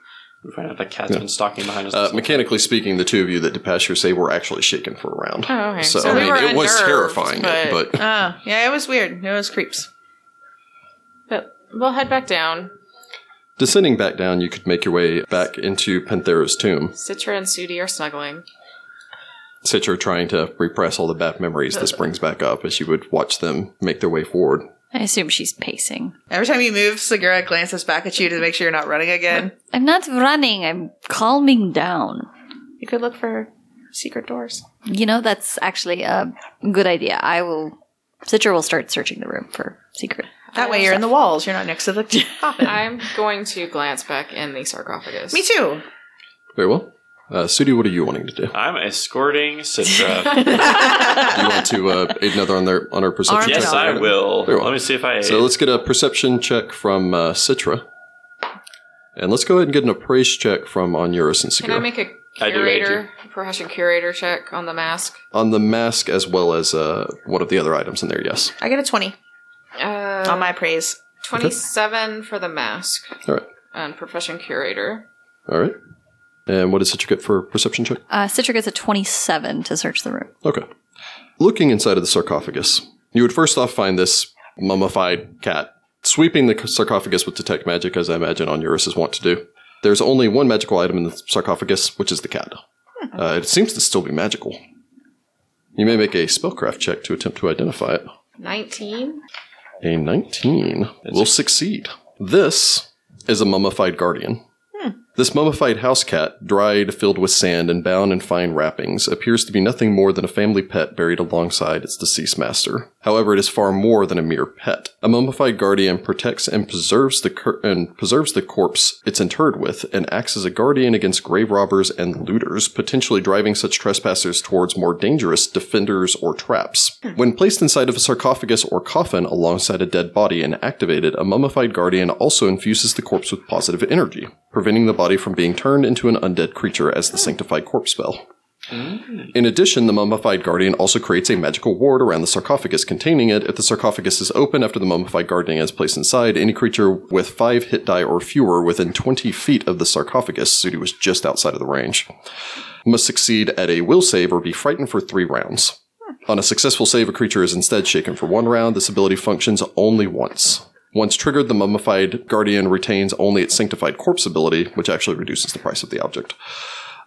[SPEAKER 2] We find out the cat's been stalking behind us.
[SPEAKER 1] uh, mechanically speaking, the two of you that Depeche say were actually shaken for a round.
[SPEAKER 3] Oh, okay.
[SPEAKER 1] So,
[SPEAKER 3] So
[SPEAKER 1] I
[SPEAKER 3] we
[SPEAKER 1] mean,
[SPEAKER 3] were
[SPEAKER 1] it was
[SPEAKER 3] unnerved,
[SPEAKER 1] terrifying,
[SPEAKER 3] but-
[SPEAKER 1] but,
[SPEAKER 5] ah, yeah, it was weird. It was creeps.
[SPEAKER 3] But we'll head back down.
[SPEAKER 1] descending back down, you could make your way back into Panthera's tomb.
[SPEAKER 3] Citra and Sudie are snuggling.
[SPEAKER 1] Citra trying to repress all the bad memories this brings back up as you would watch them make their way forward.
[SPEAKER 4] I assume she's pacing.
[SPEAKER 5] Every time you move, Segura glances back at you to make sure you're not running again.
[SPEAKER 4] I'm not running. I'm calming down.
[SPEAKER 5] You could look for secret doors.
[SPEAKER 4] You know, that's actually a good idea. I will. Citra will start searching the room for secret.
[SPEAKER 5] That way, you're in the walls. You're not next to the coffin.
[SPEAKER 3] I'm going to glance back in the sarcophagus.
[SPEAKER 5] Me too.
[SPEAKER 1] Very well. Uh, Sudi, what are you wanting to do?
[SPEAKER 2] I'm escorting Citra.
[SPEAKER 1] Do you want to uh, aid another on their on our perception
[SPEAKER 5] Armed
[SPEAKER 1] check?
[SPEAKER 2] yes, I
[SPEAKER 1] Right?
[SPEAKER 2] will.
[SPEAKER 1] Very well.
[SPEAKER 2] Let me see if I.
[SPEAKER 1] So let's get a perception check from uh, Citra, and let's go ahead and get an appraise check from Onuris and
[SPEAKER 3] Can I
[SPEAKER 1] Segura
[SPEAKER 3] make a
[SPEAKER 2] I do, I
[SPEAKER 3] curator, profession curator check on the mask?
[SPEAKER 1] on the mask as well as uh, one of the other items in there. Yes.
[SPEAKER 5] I get a twenty
[SPEAKER 3] Uh,
[SPEAKER 5] on my praise.
[SPEAKER 3] 27 for the mask
[SPEAKER 1] All right.
[SPEAKER 3] and profession curator.
[SPEAKER 1] All right. And what does Citra get for perception check?
[SPEAKER 4] Uh, Citra gets a 27 to search the room.
[SPEAKER 1] Okay. Looking inside of the sarcophagus, you would first off find this mummified cat sweeping the sarcophagus with detect magic, as I imagine Onuris is wont to do. There's only one magical item in the sarcophagus, which is the cat. Uh, it seems to still be magical. You may make a spellcraft check to attempt to identify it.
[SPEAKER 3] 19?
[SPEAKER 1] A 19 will succeed. This is a mummified guardian. This mummified house cat, dried, filled with sand, and bound in fine wrappings, appears to be nothing more than a family pet buried alongside its deceased master. However, it is far more than a mere pet. A mummified guardian protects and preserves the cur- and preserves the corpse it's interred with, and acts as a guardian against grave robbers and looters, potentially driving such trespassers towards more dangerous defenders or traps. When placed inside of a sarcophagus or coffin alongside a dead body and activated, a mummified guardian also infuses the corpse with positive energy, preventing the body from being turned into an undead creature as the sanctified corpse spell. In addition, the mummified guardian also creates a magical ward around the sarcophagus containing it. If the sarcophagus is open after the mummified guardian is placed inside, any creature with five hit die or fewer within 20 feet of the sarcophagus, Sudi was just outside of the range, must succeed at a will save or be frightened for three rounds. On a successful save, a creature is instead shaken for one round. This ability functions only once. Once triggered, the mummified guardian retains only its sanctified corpse ability, which actually reduces the price of the object.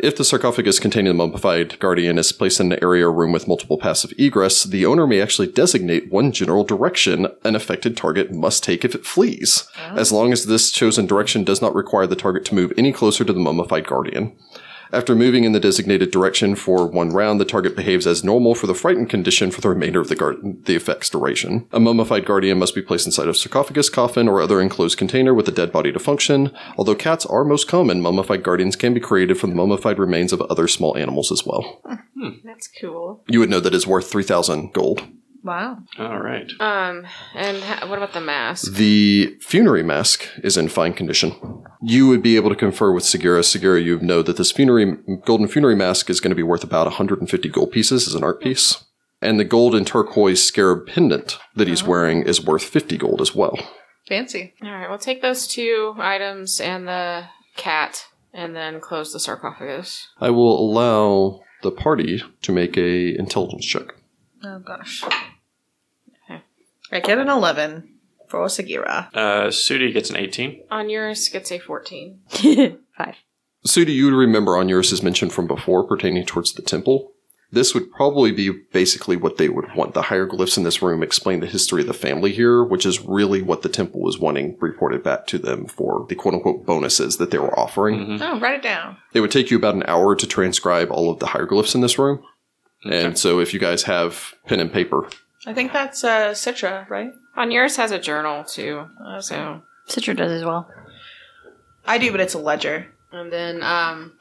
[SPEAKER 1] If the sarcophagus containing the mummified guardian is placed in an area or room with multiple passive egress, the owner may actually designate one general direction an affected target must take if it flees, as long as this chosen direction does not require the target to move any closer to the mummified guardian. After moving in the designated direction for one round, the target behaves as normal for the frightened condition for the remainder of the, guard- the effect's duration. A mummified guardian must be placed inside of sarcophagus, coffin, or other enclosed container with a dead body to function. Although cats are most common, mummified guardians can be created from the mummified remains of other small animals as well.
[SPEAKER 3] That's cool.
[SPEAKER 1] You would know that it's worth 3,000 gold.
[SPEAKER 5] Wow.
[SPEAKER 2] All right.
[SPEAKER 3] Um, and ha- what about the mask?
[SPEAKER 1] The funerary mask is in fine condition. You would be able to confer with Segura. Segura, you know that this funerary golden funerary mask is going to be worth about 150 gold pieces as an art piece. And the gold and turquoise scarab pendant that he's wearing is worth 50 gold as well.
[SPEAKER 5] Fancy.
[SPEAKER 3] All right, we'll take those two items and the cat and then close the sarcophagus.
[SPEAKER 1] I will allow the party to make a intelligence check.
[SPEAKER 5] Oh gosh. I get an eleven for Sagira.
[SPEAKER 2] Uh, Sudi gets an 18.
[SPEAKER 3] Onuris gets a 14.
[SPEAKER 4] Five.
[SPEAKER 1] Sudi, you remember Onuris' mention from before pertaining towards the temple. this would probably be basically what they would want. The hieroglyphs in this room explain the history of the family here, which is really what the temple was wanting reported back to them for the quote unquote bonuses that they were offering.
[SPEAKER 2] Mhm.
[SPEAKER 5] Oh, write it down.
[SPEAKER 1] It would take you about an hour to transcribe all of the hieroglyphs in this room. And so if you guys have pen and paper,
[SPEAKER 5] I think that's uh, Citra, right?
[SPEAKER 3] On yours has a journal too. So
[SPEAKER 4] Citra does as well.
[SPEAKER 5] I do, but it's a ledger.
[SPEAKER 3] and then um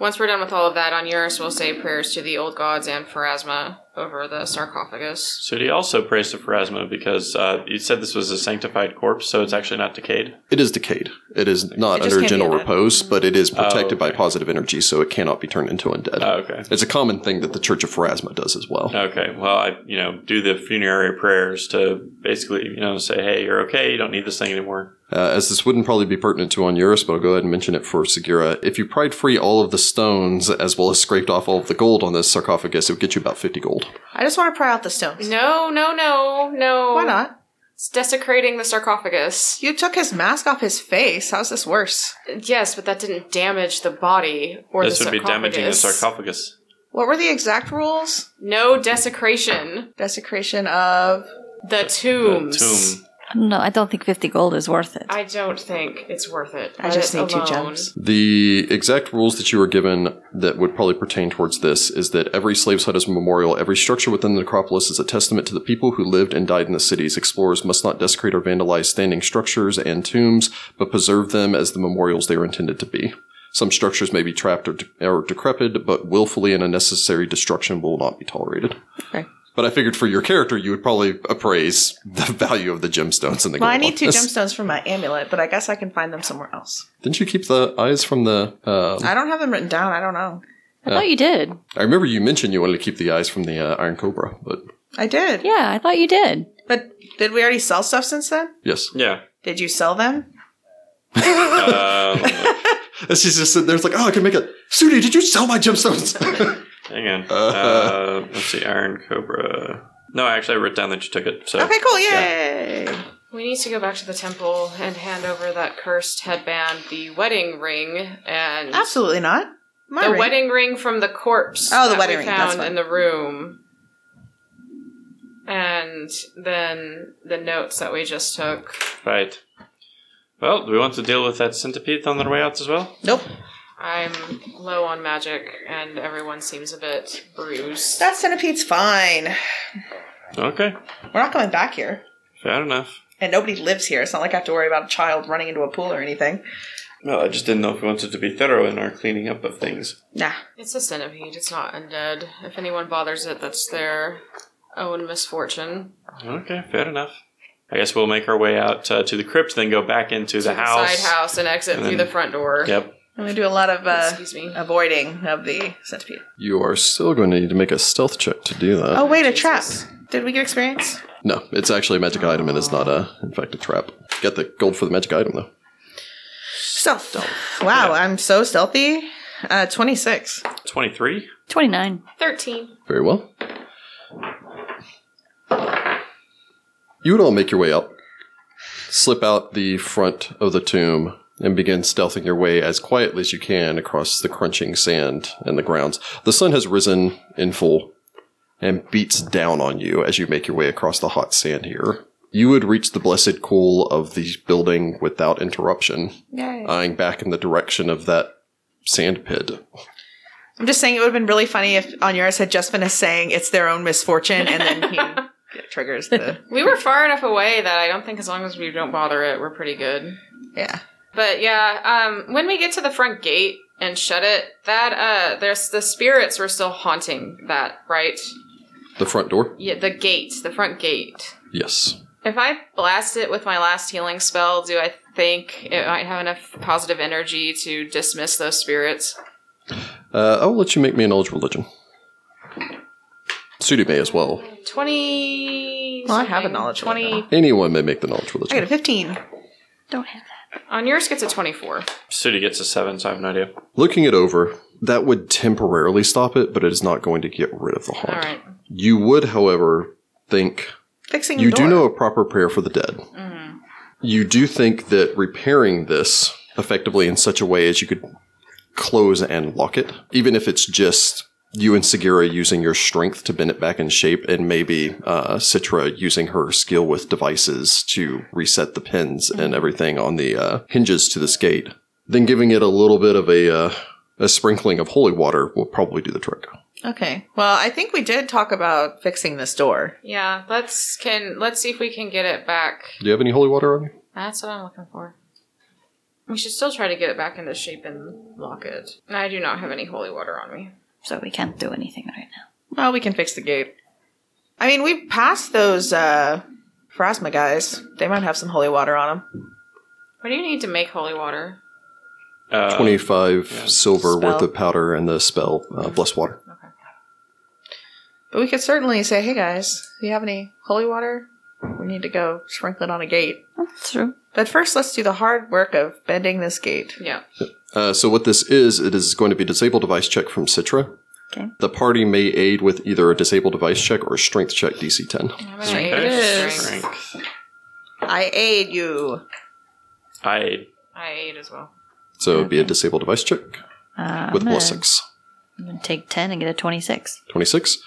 [SPEAKER 3] once we're done with all of that, on yours we'll say prayers to the old gods and Pharasma over the sarcophagus.
[SPEAKER 2] So he also prays to Pharasma because uh, you said this was a sanctified corpse, so it's actually not decayed.
[SPEAKER 1] it is decayed. It is not
[SPEAKER 5] It just
[SPEAKER 1] under
[SPEAKER 5] can't be
[SPEAKER 1] gentle
[SPEAKER 5] undead.
[SPEAKER 1] repose, but it is protected by
[SPEAKER 2] okay.
[SPEAKER 1] positive energy, so it cannot be turned into undead.
[SPEAKER 2] Oh, okay.
[SPEAKER 1] It's a common thing that the Church of Pharasma does as well.
[SPEAKER 2] Okay. Well, I you know do the funerary prayers to basically you know say hey you're okay you don't need this thing anymore.
[SPEAKER 1] Uh, as this wouldn't probably be pertinent to Onuris, but I'll go ahead and mention it for Segura. If you pried free all of the stones as well as scraped off all of the gold on this sarcophagus, it would get you about 50 gold.
[SPEAKER 5] I just want to pry out the stones.
[SPEAKER 3] No, no, no, no.
[SPEAKER 5] Why not?
[SPEAKER 3] It's desecrating the sarcophagus.
[SPEAKER 5] You took his mask off his face. How's this worse?
[SPEAKER 3] Yes, but that didn't damage the body or
[SPEAKER 2] this
[SPEAKER 3] the
[SPEAKER 2] would be
[SPEAKER 3] sarcophagus.
[SPEAKER 2] damaging the sarcophagus.
[SPEAKER 5] What were the exact rules?
[SPEAKER 3] No desecration.
[SPEAKER 5] Desecration of.
[SPEAKER 3] The tombs.
[SPEAKER 2] The tomb.
[SPEAKER 4] No, I don't think 50 gold is worth it.
[SPEAKER 3] I don't think it's worth it.
[SPEAKER 5] I
[SPEAKER 3] Let
[SPEAKER 5] just
[SPEAKER 3] it
[SPEAKER 5] need two
[SPEAKER 3] alone.
[SPEAKER 5] gems.
[SPEAKER 1] The exact rules that you were given that would probably pertain towards this is that every slave's hut is a memorial, every structure within the necropolis is a testament to the people who lived and died in the cities. Explorers must not desecrate or vandalize standing structures and tombs, but preserve them as the memorials they were intended to be. Some structures may be trapped or, de- or decrepit, but willfully and unnecessary destruction will not be tolerated.
[SPEAKER 5] Okay.
[SPEAKER 1] But I figured for your character, you would probably appraise the value of the gemstones and the
[SPEAKER 5] Well,
[SPEAKER 1] gold
[SPEAKER 5] I
[SPEAKER 1] on
[SPEAKER 5] need two
[SPEAKER 1] this.
[SPEAKER 5] gemstones for my amulet, but I guess I can find them somewhere else.
[SPEAKER 1] Didn't you keep the eyes from the? Um,
[SPEAKER 5] I don't have them written down. I don't know.
[SPEAKER 4] I thought you did.
[SPEAKER 1] I remember you mentioned you wanted to keep the eyes from the uh, Iron Cobra, but
[SPEAKER 5] I did.
[SPEAKER 4] Yeah, I thought you did.
[SPEAKER 5] But did we already sell stuff since then?
[SPEAKER 1] yes,
[SPEAKER 2] Yeah.
[SPEAKER 5] Did you sell them?
[SPEAKER 2] Um,
[SPEAKER 1] as she's just sitting there, it's like, oh, I can make it. Sudi, did you sell my gemstones?
[SPEAKER 2] hang on.
[SPEAKER 1] Uh.
[SPEAKER 2] Uh, let's see. Iron Cobra. No, actually, I wrote down that you took it. So
[SPEAKER 5] Okay, cool. Yay.
[SPEAKER 3] We need to go back to the temple and hand over that cursed headband, the wedding ring, and
[SPEAKER 5] Absolutely not. My
[SPEAKER 3] the
[SPEAKER 5] ring.
[SPEAKER 3] wedding ring from the corpse.
[SPEAKER 5] Oh, the
[SPEAKER 3] that
[SPEAKER 5] wedding
[SPEAKER 3] we
[SPEAKER 5] ring, that's
[SPEAKER 3] found
[SPEAKER 5] fine.
[SPEAKER 3] in the room, and then the notes that we just took.
[SPEAKER 2] right. Well, do we want to deal with that centipede on their way out as well?
[SPEAKER 5] Nope.
[SPEAKER 3] I'm low on magic, and everyone seems a bit bruised.
[SPEAKER 5] That centipede's fine.
[SPEAKER 2] Okay.
[SPEAKER 5] We're not going back here.
[SPEAKER 2] Fair enough.
[SPEAKER 5] And nobody lives here. It's not like I have to worry about a child running into a pool or anything.
[SPEAKER 2] Well, I just didn't know if we wanted to be thorough in our cleaning up of things.
[SPEAKER 5] Nah.
[SPEAKER 3] It's a centipede. It's not undead. If anyone bothers it, that's their own misfortune.
[SPEAKER 2] Okay, fair enough. I guess we'll make our way out uh, to the crypt, then go back into the,
[SPEAKER 3] To
[SPEAKER 2] house.
[SPEAKER 3] side house, and exit
[SPEAKER 2] And
[SPEAKER 3] through
[SPEAKER 2] then-
[SPEAKER 3] the front door.
[SPEAKER 2] Yep.
[SPEAKER 5] I'm going to do a lot of uh,
[SPEAKER 3] Excuse me.
[SPEAKER 5] avoiding of the centipede.
[SPEAKER 1] you are still going to need to make a stealth check to do that.
[SPEAKER 5] Oh, wait, a trap.
[SPEAKER 3] Jesus.
[SPEAKER 5] Did we get experience?
[SPEAKER 1] No, it's actually a magic item and it's not a, in fact, a trap. Got the gold for the magic item though.
[SPEAKER 5] Stealth. Wow, I'm so stealthy. Uh, 26.
[SPEAKER 2] 23?
[SPEAKER 4] 29.
[SPEAKER 3] Thirteen.
[SPEAKER 1] Very well. You would all make your way out, slip out the front of the tomb, and begin stealthing your way as quietly as you can across the crunching sand and the grounds. The sun has risen in full and beats down on you as you make your way across the hot sand here. You would reach the blessed cool of the building without interruption,
[SPEAKER 5] Yay.
[SPEAKER 1] eyeing back in the direction of that sand pit.
[SPEAKER 5] I'm just saying it would have been really funny if Onuris had just been saying it's their own misfortune and then he triggers the.
[SPEAKER 3] We were far enough away that I don't think as long as we don't bother it, we're pretty good.
[SPEAKER 5] Yeah.
[SPEAKER 3] But yeah, um, when we get to the front gate and shut it, that uh, there's the spirits were still haunting that, right?
[SPEAKER 1] The front door?
[SPEAKER 3] Yeah, the gate, the front gate.
[SPEAKER 1] Yes.
[SPEAKER 3] If I blast it with my last healing spell, do I think it might have enough positive energy to dismiss those spirits?
[SPEAKER 1] Uh, I'll let you make me an knowledge religion. Sudi may as well.
[SPEAKER 3] Twenty.
[SPEAKER 5] Well, I have a
[SPEAKER 3] something.
[SPEAKER 5] knowledge of it
[SPEAKER 3] Twenty.
[SPEAKER 5] now.
[SPEAKER 1] Anyone may make the knowledge
[SPEAKER 5] I got
[SPEAKER 1] religion.
[SPEAKER 5] a 15.
[SPEAKER 4] Don't have that.
[SPEAKER 3] On yours gets a twenty-four.
[SPEAKER 2] Sudi gets a 7, so I have no idea.
[SPEAKER 1] Looking it over, that would temporarily stop it, but it is not going to get rid of the
[SPEAKER 3] All
[SPEAKER 1] haunt.
[SPEAKER 3] right.
[SPEAKER 1] You would, however, think
[SPEAKER 5] Fixing
[SPEAKER 1] you
[SPEAKER 5] the door.
[SPEAKER 1] do know a proper prayer for the dead. You do think that repairing this effectively in such a way as you could close and lock it, even if it's just you and Segura using your strength to bend it back in shape, and maybe uh, Citra using her skill with devices to reset the pins and everything on the uh, hinges to this gate. Then giving it a little bit of a uh, a sprinkling of holy water will probably do the trick.
[SPEAKER 5] Okay. Well, I think we did talk about fixing this door.
[SPEAKER 3] Yeah, let's can let's see if we can get it back.
[SPEAKER 1] Do you have any holy water on you?
[SPEAKER 3] That's what I'm looking for. We should still try to get it back into shape and lock it. And I do not have any holy water on me.
[SPEAKER 4] so we can't do anything right now.
[SPEAKER 5] Well, we can fix the gate. I mean, we've passed those uh Phrasma guys. They might have some holy water on them.
[SPEAKER 3] What do you need to make holy water?
[SPEAKER 2] Uh,
[SPEAKER 1] Twenty five
[SPEAKER 2] yeah.
[SPEAKER 1] silver worth
[SPEAKER 5] Spell.
[SPEAKER 1] of powder and the spell uh, bless water.
[SPEAKER 5] But we could certainly say, "Hey guys, do you have any holy water? We need to go sprinkle it on a gate."
[SPEAKER 4] Oh, That's true.
[SPEAKER 5] But first, let's do the hard work of bending this gate.
[SPEAKER 3] Yeah.
[SPEAKER 1] Uh, so what this is, it is going to be a disable device check from Citra.
[SPEAKER 4] Okay.
[SPEAKER 1] The party may aid with either a disable device check or a strength check DC ten.
[SPEAKER 3] I'm gonna
[SPEAKER 2] okay.
[SPEAKER 3] aid with
[SPEAKER 5] is.
[SPEAKER 3] strength.
[SPEAKER 2] Strength.
[SPEAKER 5] I aid you.
[SPEAKER 2] I
[SPEAKER 3] I ate as well.
[SPEAKER 1] So it'd be a disable device check
[SPEAKER 4] Uh,
[SPEAKER 1] with
[SPEAKER 4] I'm
[SPEAKER 1] plus
[SPEAKER 4] gonna-
[SPEAKER 1] six.
[SPEAKER 4] I'm gonna take ten and get a twenty-six.
[SPEAKER 1] 26.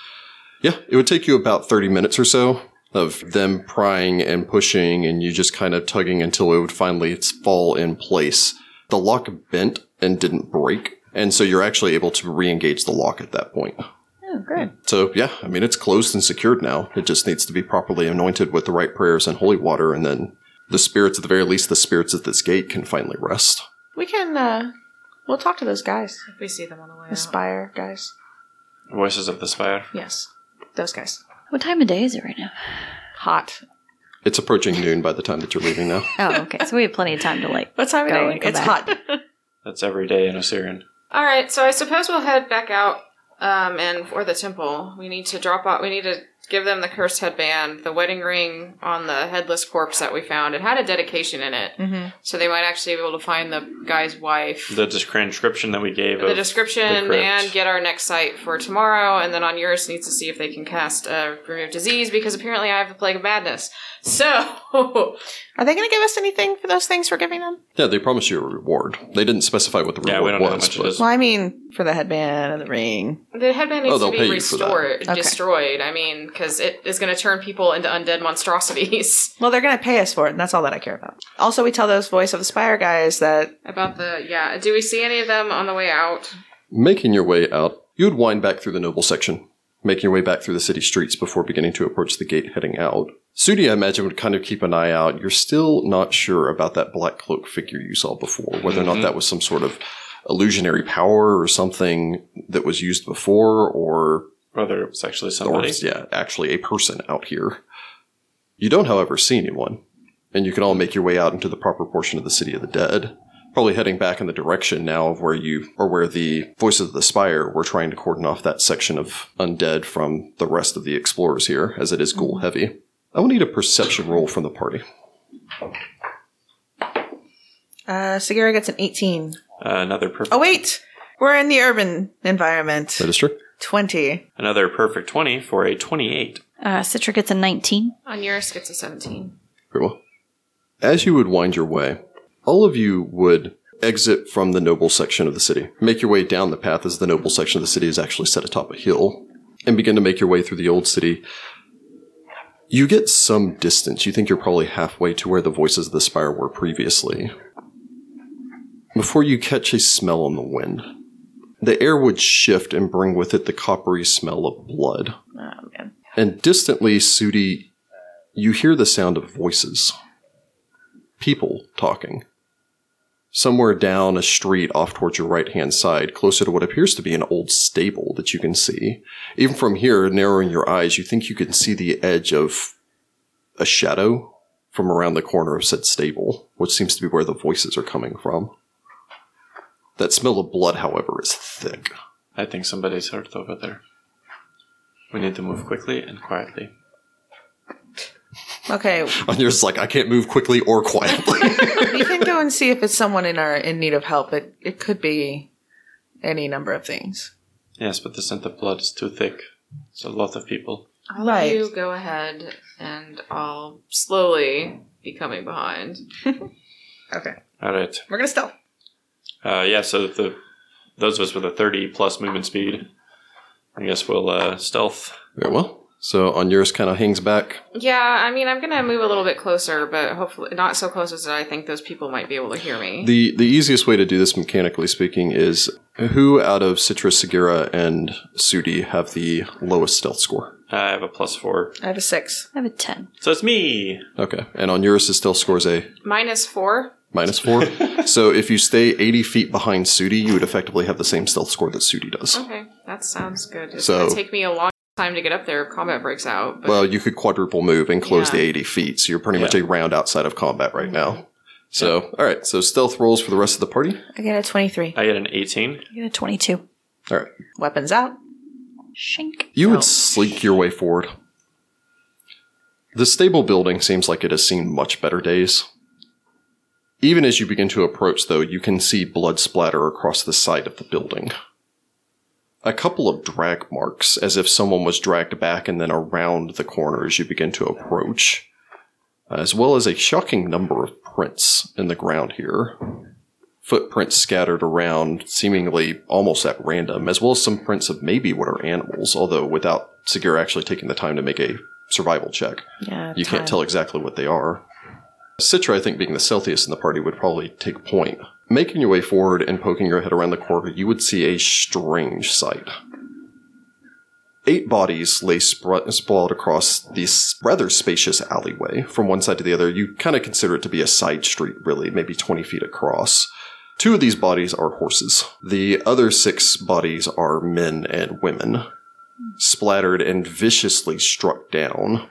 [SPEAKER 1] Yeah, it would take you about 30 minutes or so of them prying and pushing and you just kind of tugging until it would finally s- fall in place. The lock bent and didn't break, and so you're actually able to re engage the lock at that point.
[SPEAKER 4] Oh, good.
[SPEAKER 1] So, yeah, I mean, it's closed and secured now. It just needs to be properly anointed with the right prayers and holy water, and then the spirits, at the very least, the spirits at this gate can finally rest.
[SPEAKER 5] We can. uh We'll talk to those guys,
[SPEAKER 3] If we see them on the way
[SPEAKER 5] the
[SPEAKER 3] out.
[SPEAKER 5] spire guys.
[SPEAKER 2] voices of the spire.
[SPEAKER 5] Yes, those guys.
[SPEAKER 4] What time of day is it right now?
[SPEAKER 5] Hot.
[SPEAKER 1] It's approaching noon by the time that you're leaving now.
[SPEAKER 4] Oh, okay. so we have plenty of time to like.
[SPEAKER 5] What time of
[SPEAKER 4] Go
[SPEAKER 5] day?
[SPEAKER 4] and come
[SPEAKER 5] It's
[SPEAKER 4] back.
[SPEAKER 5] hot.
[SPEAKER 2] That's every day in Osirian.
[SPEAKER 3] All right, so I suppose we'll head back out um, and for the temple. We need to drop off. We need to give them the cursed headband, the wedding ring on the headless corpse that we found. It had a dedication in it,
[SPEAKER 5] hmm
[SPEAKER 3] so they might actually be able to find the guy's wife, the,
[SPEAKER 2] The dis- transcription that we gave of the
[SPEAKER 3] description,
[SPEAKER 2] crypt.
[SPEAKER 3] and get our next site for tomorrow. And then on yours needs to see if they can cast uh, remove disease because apparently I have the plague of madness. So
[SPEAKER 5] Are they going to give us anything for those things we're giving them?
[SPEAKER 1] Yeah, they promised you a reward. They didn't specify what the
[SPEAKER 2] Yeah,
[SPEAKER 1] reward
[SPEAKER 2] we don't know how
[SPEAKER 1] was.
[SPEAKER 2] much it
[SPEAKER 1] but-
[SPEAKER 2] is.
[SPEAKER 5] Well, I mean, for the headband and the ring.
[SPEAKER 3] The headband needs
[SPEAKER 1] Oh, they'll
[SPEAKER 3] to
[SPEAKER 1] pay
[SPEAKER 3] be
[SPEAKER 1] you for that.
[SPEAKER 3] restored,
[SPEAKER 5] Okay.
[SPEAKER 3] destroyed. I mean, because it is going to turn people into undead monstrosities.
[SPEAKER 5] Well, they're going to pay us for it, and that's all that I care about. Also, we tell those voice of the spire guys that
[SPEAKER 3] About the yeah, do we see any of them on the way out?
[SPEAKER 1] Making your way out, you would wind back through the noble section, making your way back through the city streets before beginning to approach the gate heading out. Sudi, I imagine, would kind of keep an eye out. You're still not sure about that black cloak figure you saw before, whether or not
[SPEAKER 2] Mhm.
[SPEAKER 1] that was some sort of illusionary power or something that was used before, or,
[SPEAKER 2] Whether it was actually
[SPEAKER 1] or
[SPEAKER 2] somebody.
[SPEAKER 1] yeah, actually a person out here. You don't, however, see anyone, and you can all make your way out into the proper portion of the city of the dead. Probably heading back in the direction now of where you or where the voices of the spire were trying to cordon off that section of undead from the rest of the explorers here, as it is ghoul heavy. I will need a perception roll from the party.
[SPEAKER 5] uh, Segura gets an 18.
[SPEAKER 2] Uh, another perfect.
[SPEAKER 5] Oh, wait! We're in the urban environment.
[SPEAKER 1] That is true.
[SPEAKER 5] 20.
[SPEAKER 2] Another perfect twenty for a twenty-eight.
[SPEAKER 4] Uh, Citra gets a nineteen.
[SPEAKER 3] On yours gets a seventeen.
[SPEAKER 1] Very well. As you would wind your way, all of you would exit from the noble section of the city. Make your way down the path as the noble section of the city is actually set atop a hill and begin to make your way through the old city. You get some distance. You think you're probably halfway to where the voices of the spire were previously. Before you catch a smell on the wind, the air would shift and bring with it the coppery smell of blood.
[SPEAKER 5] Oh, man.
[SPEAKER 1] And distantly, Sudi, you hear the sound of voices. People talking. Somewhere down a street off towards your right hand side, closer to what appears to be an old stable that you can see. Even from here, narrowing your eyes, you think you can see the edge of a shadow from around the corner of said stable, which seems to be where the voices are coming from. That smell of blood, however, is thick.
[SPEAKER 2] I think somebody's hurt over there. We need to move quickly and quietly.
[SPEAKER 5] Okay,
[SPEAKER 1] And you're just like, I can't move quickly or quietly.
[SPEAKER 5] we can go and see if it's someone in our in need of help. It, it could be any number of things.
[SPEAKER 2] Yes, but the scent of blood is too thick. It's a lot of people.
[SPEAKER 3] I'll
[SPEAKER 5] Right.
[SPEAKER 3] let you go ahead, and I'll slowly be coming behind.
[SPEAKER 5] Okay.
[SPEAKER 2] All right.
[SPEAKER 5] We're going to stealth.
[SPEAKER 2] Uh, yeah. So the those of us with a thirty plus movement speed I guess we'll uh, stealth.
[SPEAKER 1] Very well. So Onuris kind of hangs back.
[SPEAKER 3] Yeah, I mean, I'm gonna move a little bit closer, but hopefully not so close as I think those people might be able to hear me.
[SPEAKER 1] The the easiest way to do this mechanically speaking is who out of Citrus, Segura, and Sudi have the lowest stealth score?
[SPEAKER 2] I have a plus four,
[SPEAKER 5] I have a six.
[SPEAKER 4] I have a 10.
[SPEAKER 2] so it's me.
[SPEAKER 1] Okay. And Onuris' stealth score is a
[SPEAKER 3] Minus four.
[SPEAKER 1] minus four. so if you stay 80 feet behind Sudi, you would effectively have the same stealth score that Sudi does.
[SPEAKER 3] Okay, that sounds good. It's
[SPEAKER 1] So-
[SPEAKER 3] gonna take me a long time to get up there if combat breaks out. But
[SPEAKER 1] Well, you could quadruple move and close
[SPEAKER 3] Yeah.
[SPEAKER 1] the 80 feet, so you're pretty much
[SPEAKER 2] Yeah.
[SPEAKER 1] a round outside of combat right now. So, all right. So stealth rolls for the rest of the party.
[SPEAKER 5] I got a 23.
[SPEAKER 2] I get an eighteen.
[SPEAKER 4] I got a 22.
[SPEAKER 1] All right.
[SPEAKER 5] Weapons out.
[SPEAKER 4] Shink.
[SPEAKER 1] You would slink your way forward. The stable building seems like it has seen much better days. Even as you begin to approach, though, you can see blood splatter across the side of the building. A couple of drag marks, as if someone was dragged back and then around the corner as you begin to approach, as well as a shocking number of prints in the ground here. Footprints scattered around, seemingly almost at random, as well as some prints of maybe what are animals, although without Segura actually taking the time to make a survival check.
[SPEAKER 5] Yeah.
[SPEAKER 1] You can't
[SPEAKER 5] time.
[SPEAKER 1] tell exactly what they are. Citra, I think, being the stealthiest in the party, would probably take point. Making your way forward and poking your head around the corner, you would see a strange sight. Eight bodies lay spr- sprawled across this rather spacious alleyway from one side to the other. You kind of consider it to be a side street, really, maybe 20 feet across. Two of these bodies are horses. The other six bodies are men and women, splattered and viciously struck down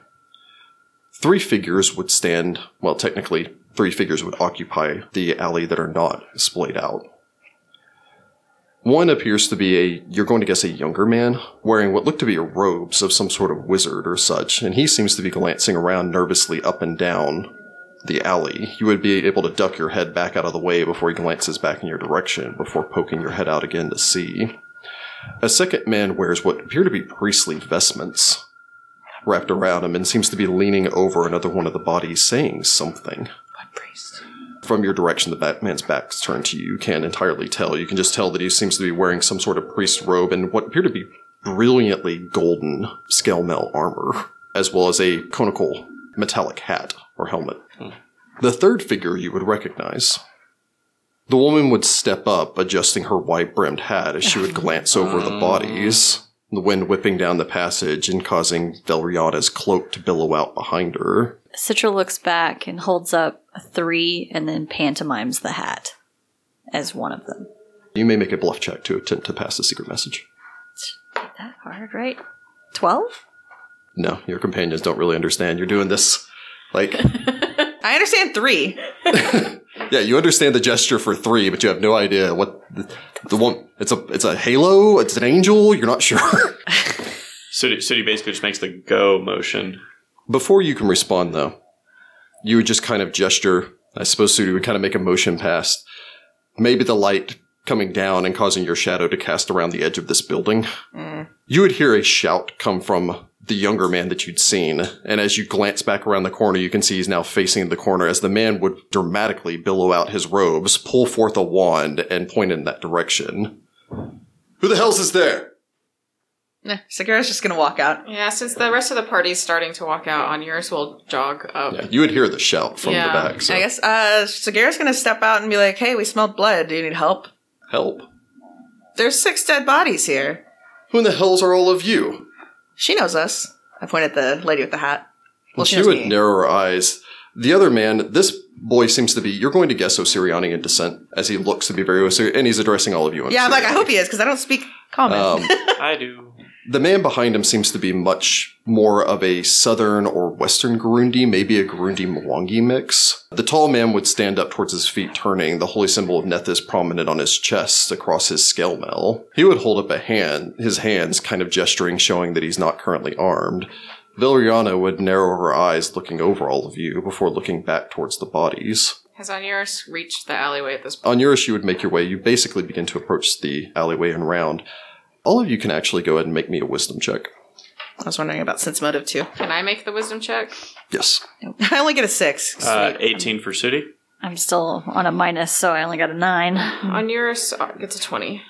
[SPEAKER 1] three figures would stand, well, technically, three figures would occupy the alley that are not splayed out. One appears to be a, you're going to guess a younger man, wearing what look to be robes of some sort of wizard or such, and he seems to be glancing around nervously up and down the alley. You would be able to duck your head back out of the way before he glances back in your direction, before poking your head out again to see. A second man wears what appear to be priestly vestments, wrapped around him and seems to be leaning over another one of the bodies saying something.
[SPEAKER 5] Priest.
[SPEAKER 1] From your direction, the Batman's back's turned to you. You can't entirely tell. You can just tell that he seems to be wearing some sort of priest robe and what appear to be brilliantly golden scale mail armor, as well as a conical metallic hat or helmet. The third figure you would recognize. The woman would step up, adjusting her wide brimmed hat as she would glance over the bodies, the wind whipping down the passage and causing Delriada's cloak to billow out behind her.
[SPEAKER 4] Citra looks back and holds up a three and then pantomimes the hat as one of them.
[SPEAKER 1] You may make a bluff check to attempt to pass the secret message.
[SPEAKER 4] That hard, right? 12?
[SPEAKER 1] No, your companions don't really understand. You're doing this. Like,
[SPEAKER 5] I understand three.
[SPEAKER 1] yeah, you understand the gesture for three, but you have no idea what the, the one. It's a it's a halo. It's an angel. You're not sure.
[SPEAKER 2] Sudi, Sudi basically just makes the go motion.
[SPEAKER 1] Before you can respond, though, you would just kind of gesture. I suppose Sudi would kind of make a motion past, maybe the light coming down and causing your shadow to cast around the edge of this building.
[SPEAKER 5] Mm.
[SPEAKER 1] You would hear a shout come from the younger man that you'd seen, and as you glance back around the corner, you can see he's now facing the corner as the man would dramatically billow out his robes, pull forth a wand, and point in that direction. Who the hell's is there?
[SPEAKER 5] Nah, Sagara's just gonna walk out.
[SPEAKER 3] yeah, since the rest of the party's starting to walk out, on yours will jog up.
[SPEAKER 1] Yeah, you would hear the shout from
[SPEAKER 3] Yeah,
[SPEAKER 1] the back. So
[SPEAKER 5] I guess uh Sagara's gonna step out and be like, "Hey, we smelled blood. Do you need help?
[SPEAKER 1] help.
[SPEAKER 5] There's six dead bodies here."
[SPEAKER 1] Who in the hell's are all of you?
[SPEAKER 5] She knows us. I point at the lady with the hat.
[SPEAKER 1] Well, she
[SPEAKER 5] knows
[SPEAKER 1] would
[SPEAKER 5] me.
[SPEAKER 1] narrow her eyes. The other man, this boy seems to be, you're going to guess Osiriani in descent, as he looks to be very Osirian, and he's addressing all of you. in
[SPEAKER 5] Yeah, I'm like, I
[SPEAKER 1] Osirian.
[SPEAKER 5] hope he is because I don't speak common.
[SPEAKER 1] Um,
[SPEAKER 2] I do.
[SPEAKER 1] the man behind him seems to be much more of a southern or western Gurundi, maybe a Gurundi Mwangi mix. The tall man would stand up towards his feet, turning, the holy symbol of Nethys prominent on his chest across his scale mail. He would hold up a hand, his hands kind of gesturing, showing that he's not currently armed. Vilriana would narrow her eyes, looking over all of you before looking back towards the bodies.
[SPEAKER 3] Has Onuris reached the alleyway at this point?
[SPEAKER 1] On yours, you would make your way. You basically begin to approach the alleyway and round. All of you can actually go ahead and make me a wisdom check.
[SPEAKER 5] I was wondering about sense motive too.
[SPEAKER 3] Can I make the wisdom check?
[SPEAKER 1] Yes.
[SPEAKER 5] I only get a six.
[SPEAKER 2] Uh, eighteen for Sudi.
[SPEAKER 4] I'm still on a minus, so I only got a 9.
[SPEAKER 3] Onuris uh, gets a twenty.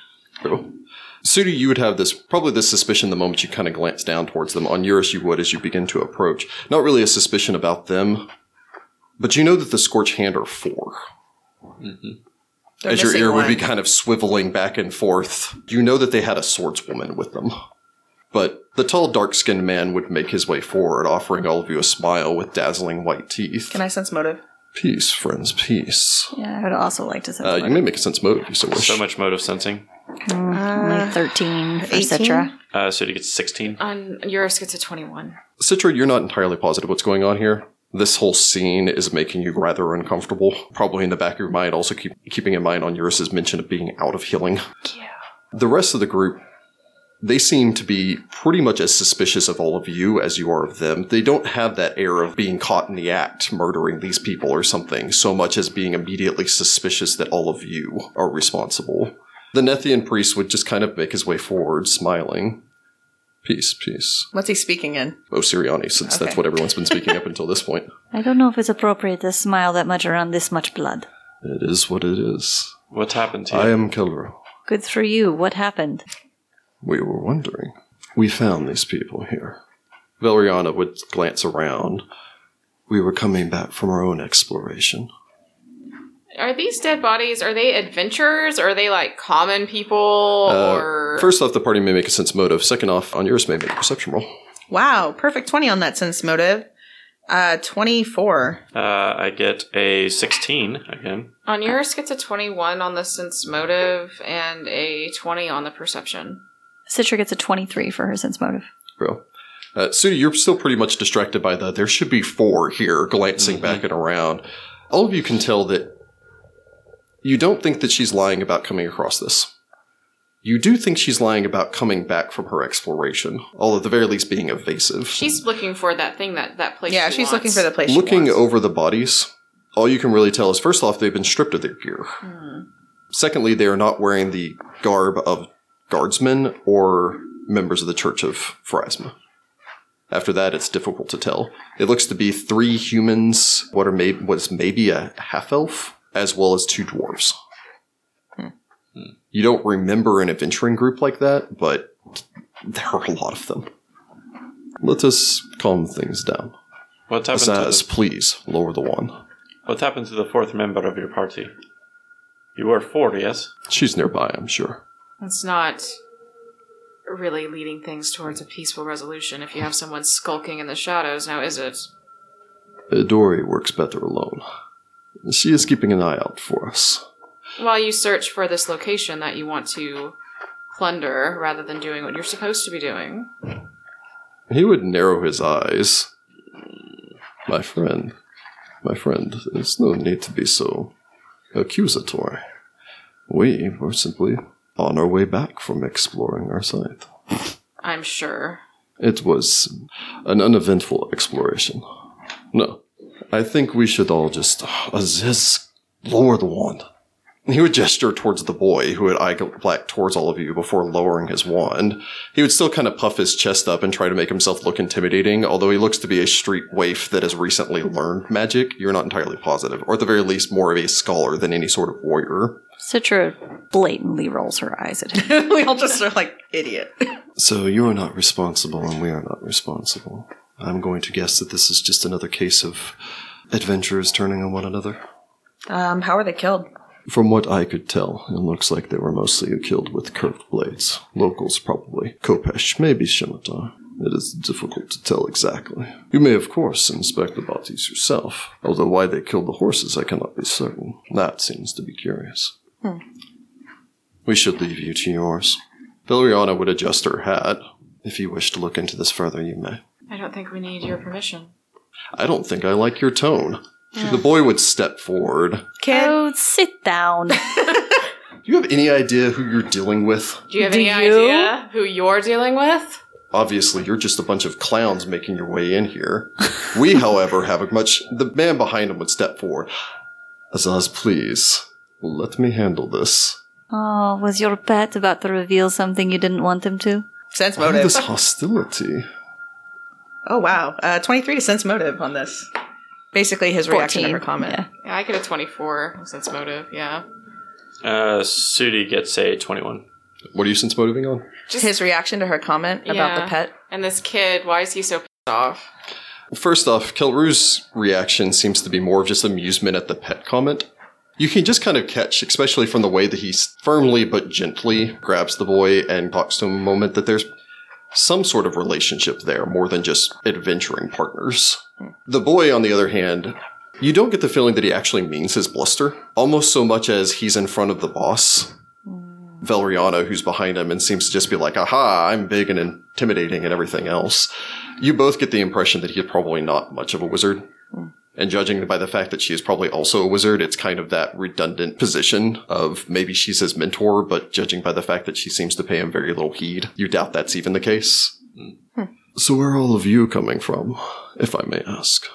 [SPEAKER 1] Cool. Suda, you would have this probably this suspicion the moment you kind of glance down towards them. On Eurus, you would as you begin to approach. Not really a suspicion about them, but you know that the Scorch Hand are 4
[SPEAKER 5] They're
[SPEAKER 1] as your
[SPEAKER 5] missing
[SPEAKER 1] ear would
[SPEAKER 5] one.
[SPEAKER 1] be kind of swiveling back and forth. You know that they had a swordswoman with them. But the tall, dark skinned man would make his way forward, offering all of you a smile with dazzling white teeth.
[SPEAKER 5] Can I sense motive?
[SPEAKER 1] Peace, friends, peace.
[SPEAKER 4] Yeah, I would also like to
[SPEAKER 1] Uh,
[SPEAKER 4] sense.
[SPEAKER 1] you may make a sense mode if you so wish.
[SPEAKER 2] So much motive sensing.
[SPEAKER 4] only Uh, thirteen for
[SPEAKER 5] 18?
[SPEAKER 4] Citra.
[SPEAKER 2] Uh, so you get 16.
[SPEAKER 3] On Eurus gets a 21.
[SPEAKER 1] Citra, you're not entirely positive what's going on here. This whole scene is making you rather uncomfortable. Probably in the back of your mind, also keep, keeping in mind on Eurus's mention of being out of healing. The rest of the group, they seem to be pretty much as suspicious of all of you as you are of them. They don't have that air of being caught in the act, murdering these people or something, so much as being immediately suspicious that all of you are responsible. The Nethian priest would just kind of make his way forward, smiling. Peace, peace.
[SPEAKER 5] What's he speaking in?
[SPEAKER 1] Osiriani, Oh, since that's
[SPEAKER 5] Okay.
[SPEAKER 1] what everyone's been speaking up until this point.
[SPEAKER 4] I don't know if it's appropriate to smile that much around this much blood.
[SPEAKER 1] It is what it is.
[SPEAKER 2] What's happened to you?
[SPEAKER 1] I am Kelro.
[SPEAKER 4] Good for you. What happened?
[SPEAKER 1] We were wondering. We found these people here. Valeriana would glance around. We were coming back from our own exploration.
[SPEAKER 3] Are these dead bodies, are they adventurers? Are they like common people?
[SPEAKER 1] Uh,
[SPEAKER 3] or.
[SPEAKER 1] First off, the party may make a sense motive. Second off, on yours may make a perception roll.
[SPEAKER 5] Wow, perfect 20 on that sense motive. Uh, 24.
[SPEAKER 2] Uh, I get a 16 again.
[SPEAKER 3] On Eurus gets a 21 on the sense motive and a 20 on the perception.
[SPEAKER 4] Citra gets a twenty-three for her sense motive.
[SPEAKER 1] Bro. Uh, Sudi, you're still pretty much distracted by the there should be four here glancing back and around. All of you can tell that you don't think that she's lying about coming across this. You do think she's lying about coming back from her exploration, although at the very least being evasive.
[SPEAKER 3] She's looking for that thing that that place.
[SPEAKER 5] Yeah,
[SPEAKER 3] she
[SPEAKER 5] she's looking
[SPEAKER 3] wants.
[SPEAKER 5] for the place. she
[SPEAKER 1] Looking
[SPEAKER 5] wants.
[SPEAKER 1] over the bodies, all you can really tell is first off, they've been stripped of their gear. Secondly, they are not wearing the garb of guardsmen or members of the Church of Phrasma. After that, it's difficult to tell. It looks to be three humans, what are maybe what's maybe a half elf, as well as two dwarves. Hmm. You don't remember an adventuring group like that, but there are a lot of them. Let us calm things down.
[SPEAKER 2] What's happened, to
[SPEAKER 1] Says,
[SPEAKER 2] the,
[SPEAKER 1] please lower the one.
[SPEAKER 2] what's happened to the fourth member of your party? You were four, yes?
[SPEAKER 1] She's nearby, I'm sure.
[SPEAKER 3] It's not really leading things towards a peaceful resolution if you have someone skulking in the shadows now, is it?
[SPEAKER 1] Dory works better alone. She is keeping an eye out for us.
[SPEAKER 3] While you search for this location that you want to plunder rather than doing what you're supposed to be doing.
[SPEAKER 1] He would narrow his eyes. My friend, my friend, there's no need to be so accusatory. We were simply on our way back from exploring our site.
[SPEAKER 3] I'm sure.
[SPEAKER 1] It was an uneventful exploration. No, I think we should all just, uh, just lower the wand. He would gesture towards the boy who had eye black towards all of you before lowering his wand. He would still kind of puff his chest up and try to make himself look intimidating, although he looks to be a street waif that has recently learned magic. You're not entirely positive, or at the very least, more of a scholar than any sort of warrior.
[SPEAKER 4] Citra blatantly rolls her eyes at him.
[SPEAKER 5] we all just are like, idiot.
[SPEAKER 1] So you are not responsible, and we are not responsible. I'm going to guess that this is just another case of adventurers turning on one another.
[SPEAKER 5] Um, how are they killed?
[SPEAKER 1] From what I could tell, it looks like they were mostly killed with curved blades. Locals, probably. Kopesh, maybe Shimitar. It is difficult to tell exactly. You may, of course, inspect the bodies yourself, although why they killed the horses I cannot be certain. That seems to be curious. We should leave you to yours. Valeriana would adjust her hat. If you wish to look into this further, you may.
[SPEAKER 3] I don't think we need your permission.
[SPEAKER 1] I don't think I like your tone. The boy would step forward.
[SPEAKER 5] Kid?
[SPEAKER 4] Oh, sit down.
[SPEAKER 1] Do you have any idea who you're dealing with?
[SPEAKER 3] Do you have
[SPEAKER 4] Do
[SPEAKER 3] any
[SPEAKER 4] you?
[SPEAKER 3] idea who you're dealing with?
[SPEAKER 1] obviously you're just a bunch of clowns making your way in here. We, however, have a much. The man behind him would step forward. Azaz, please let me handle this.
[SPEAKER 4] oh, was your pet about to reveal something you didn't want him to?
[SPEAKER 5] Sense
[SPEAKER 1] Why
[SPEAKER 5] motive.
[SPEAKER 1] this hostility?
[SPEAKER 5] Oh, wow. Uh, 23 to sense motive on this. Basically, his reaction to her comment.
[SPEAKER 4] Yeah.
[SPEAKER 3] Yeah, I get a 24 sense motive, yeah.
[SPEAKER 2] Uh, Sudi gets a 21.
[SPEAKER 1] What are you since motivating on?
[SPEAKER 3] Just-
[SPEAKER 5] His reaction to her comment about
[SPEAKER 3] Yeah.
[SPEAKER 5] the pet.
[SPEAKER 3] And this kid, why is he so pissed off?
[SPEAKER 1] First off, Kelru's reaction seems to be more of just amusement at the pet comment. You can just kind of catch, especially from the way that he s- firmly but gently grabs the boy and talks to him a moment, that there's some sort of relationship there more than just adventuring partners. The boy, on the other hand, you don't get the feeling that he actually means his bluster, almost so much as he's in front of the boss, Valeriano, who's behind him and seems to just be like, aha, I'm big and intimidating and everything else you both get the impression that he's probably not much of a wizard. And judging by the fact that she is probably also a wizard, it's kind of that redundant position of maybe she's his mentor, but judging by the fact that she seems to pay him very little heed, you doubt that's even the case. So, where are all of you coming from, if I may ask?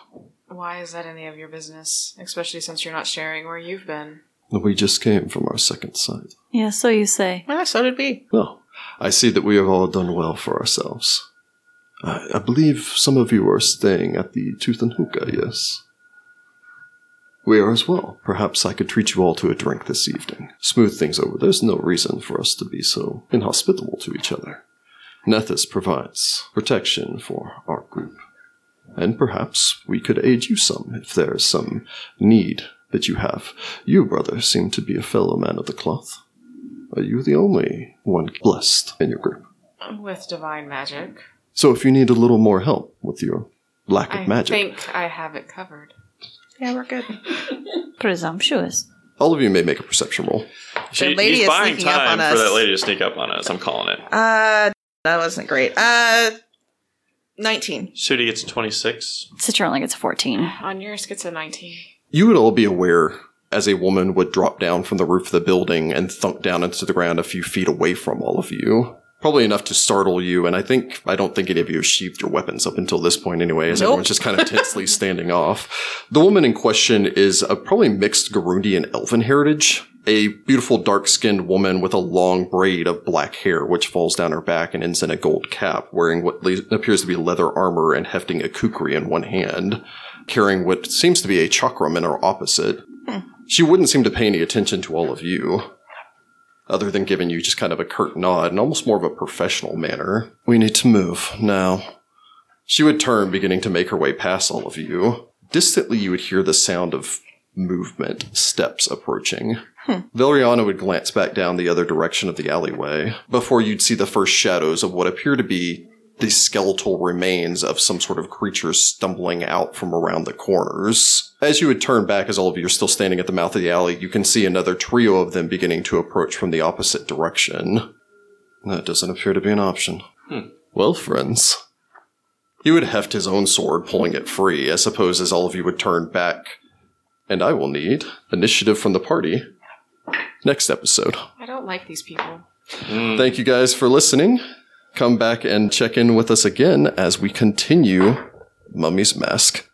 [SPEAKER 3] Why is that any of your business? Especially since you're not sharing where you've been.
[SPEAKER 1] We just came from our second sight.
[SPEAKER 4] Yeah, so you say.
[SPEAKER 5] Yeah, so did we.
[SPEAKER 1] Well, I see that we have all done well for ourselves. I, I believe some of you are staying at the Tooth and Hookah, yes? We are as well. Perhaps I could treat you all to a drink this evening. Smooth things over. There's no reason for us to be so inhospitable to each other. Nethys provides protection for our group. And perhaps we could aid you some if there is some need that you have. You, brother, seem to be a fellow man of the cloth. Are you the only one blessed in your group?
[SPEAKER 3] With divine magic.
[SPEAKER 1] So if you need a little more help with your lack of
[SPEAKER 3] I
[SPEAKER 1] magic,
[SPEAKER 3] think I have it covered.
[SPEAKER 5] Yeah, we're good.
[SPEAKER 4] Presumptuous.
[SPEAKER 1] all of you may make a perception roll.
[SPEAKER 2] She,
[SPEAKER 5] lady
[SPEAKER 2] he's
[SPEAKER 5] is
[SPEAKER 2] buying
[SPEAKER 5] sneaking up
[SPEAKER 2] time
[SPEAKER 5] on
[SPEAKER 2] for
[SPEAKER 5] us.
[SPEAKER 2] that lady to sneak up on us. I'm calling it.
[SPEAKER 5] Uh, that wasn't great. Uh, 19.
[SPEAKER 2] Sudi gets a 26.
[SPEAKER 4] Citra only gets a 14.
[SPEAKER 3] On yours gets a 19.
[SPEAKER 1] You would all be aware as a woman would drop down from the roof of the building and thunk down into the ground a few feet away from all of you. Probably enough to startle you, and I think I don't think any of you have sheathed your weapons up until this point, anyway, as
[SPEAKER 5] Nope.
[SPEAKER 1] everyone's just kind of tensely standing off. The woman in question is a probably mixed Garundi and Elven heritage. A beautiful dark skinned woman with a long braid of black hair which falls down her back and ends in a gold cap, wearing what le- appears to be leather armor and hefting a kukri in one hand carrying what seems to be a chakram in her opposite. She wouldn't seem to pay any attention to all of you, other than giving you just kind of a curt nod and almost more of a professional manner. We need to move now. She would turn, beginning to make her way past all of you. Distantly, you would hear the sound of movement, steps approaching. Valeriana would glance back down the other direction of the alleyway before you'd see the first shadows of what appear to be the skeletal remains of some sort of creature stumbling out from around the corners. As you would turn back, as all of you are still standing at the mouth of the alley, you can see another trio of them beginning to approach from the opposite direction. That doesn't appear to be an option. Well, friends. He would heft his own sword, pulling it free, I suppose, as all of you would turn back. And I will need initiative from the party next episode.
[SPEAKER 3] I don't like these people.
[SPEAKER 1] Thank you guys for listening. Come back and check in with us again as we continue Mummy's Mask.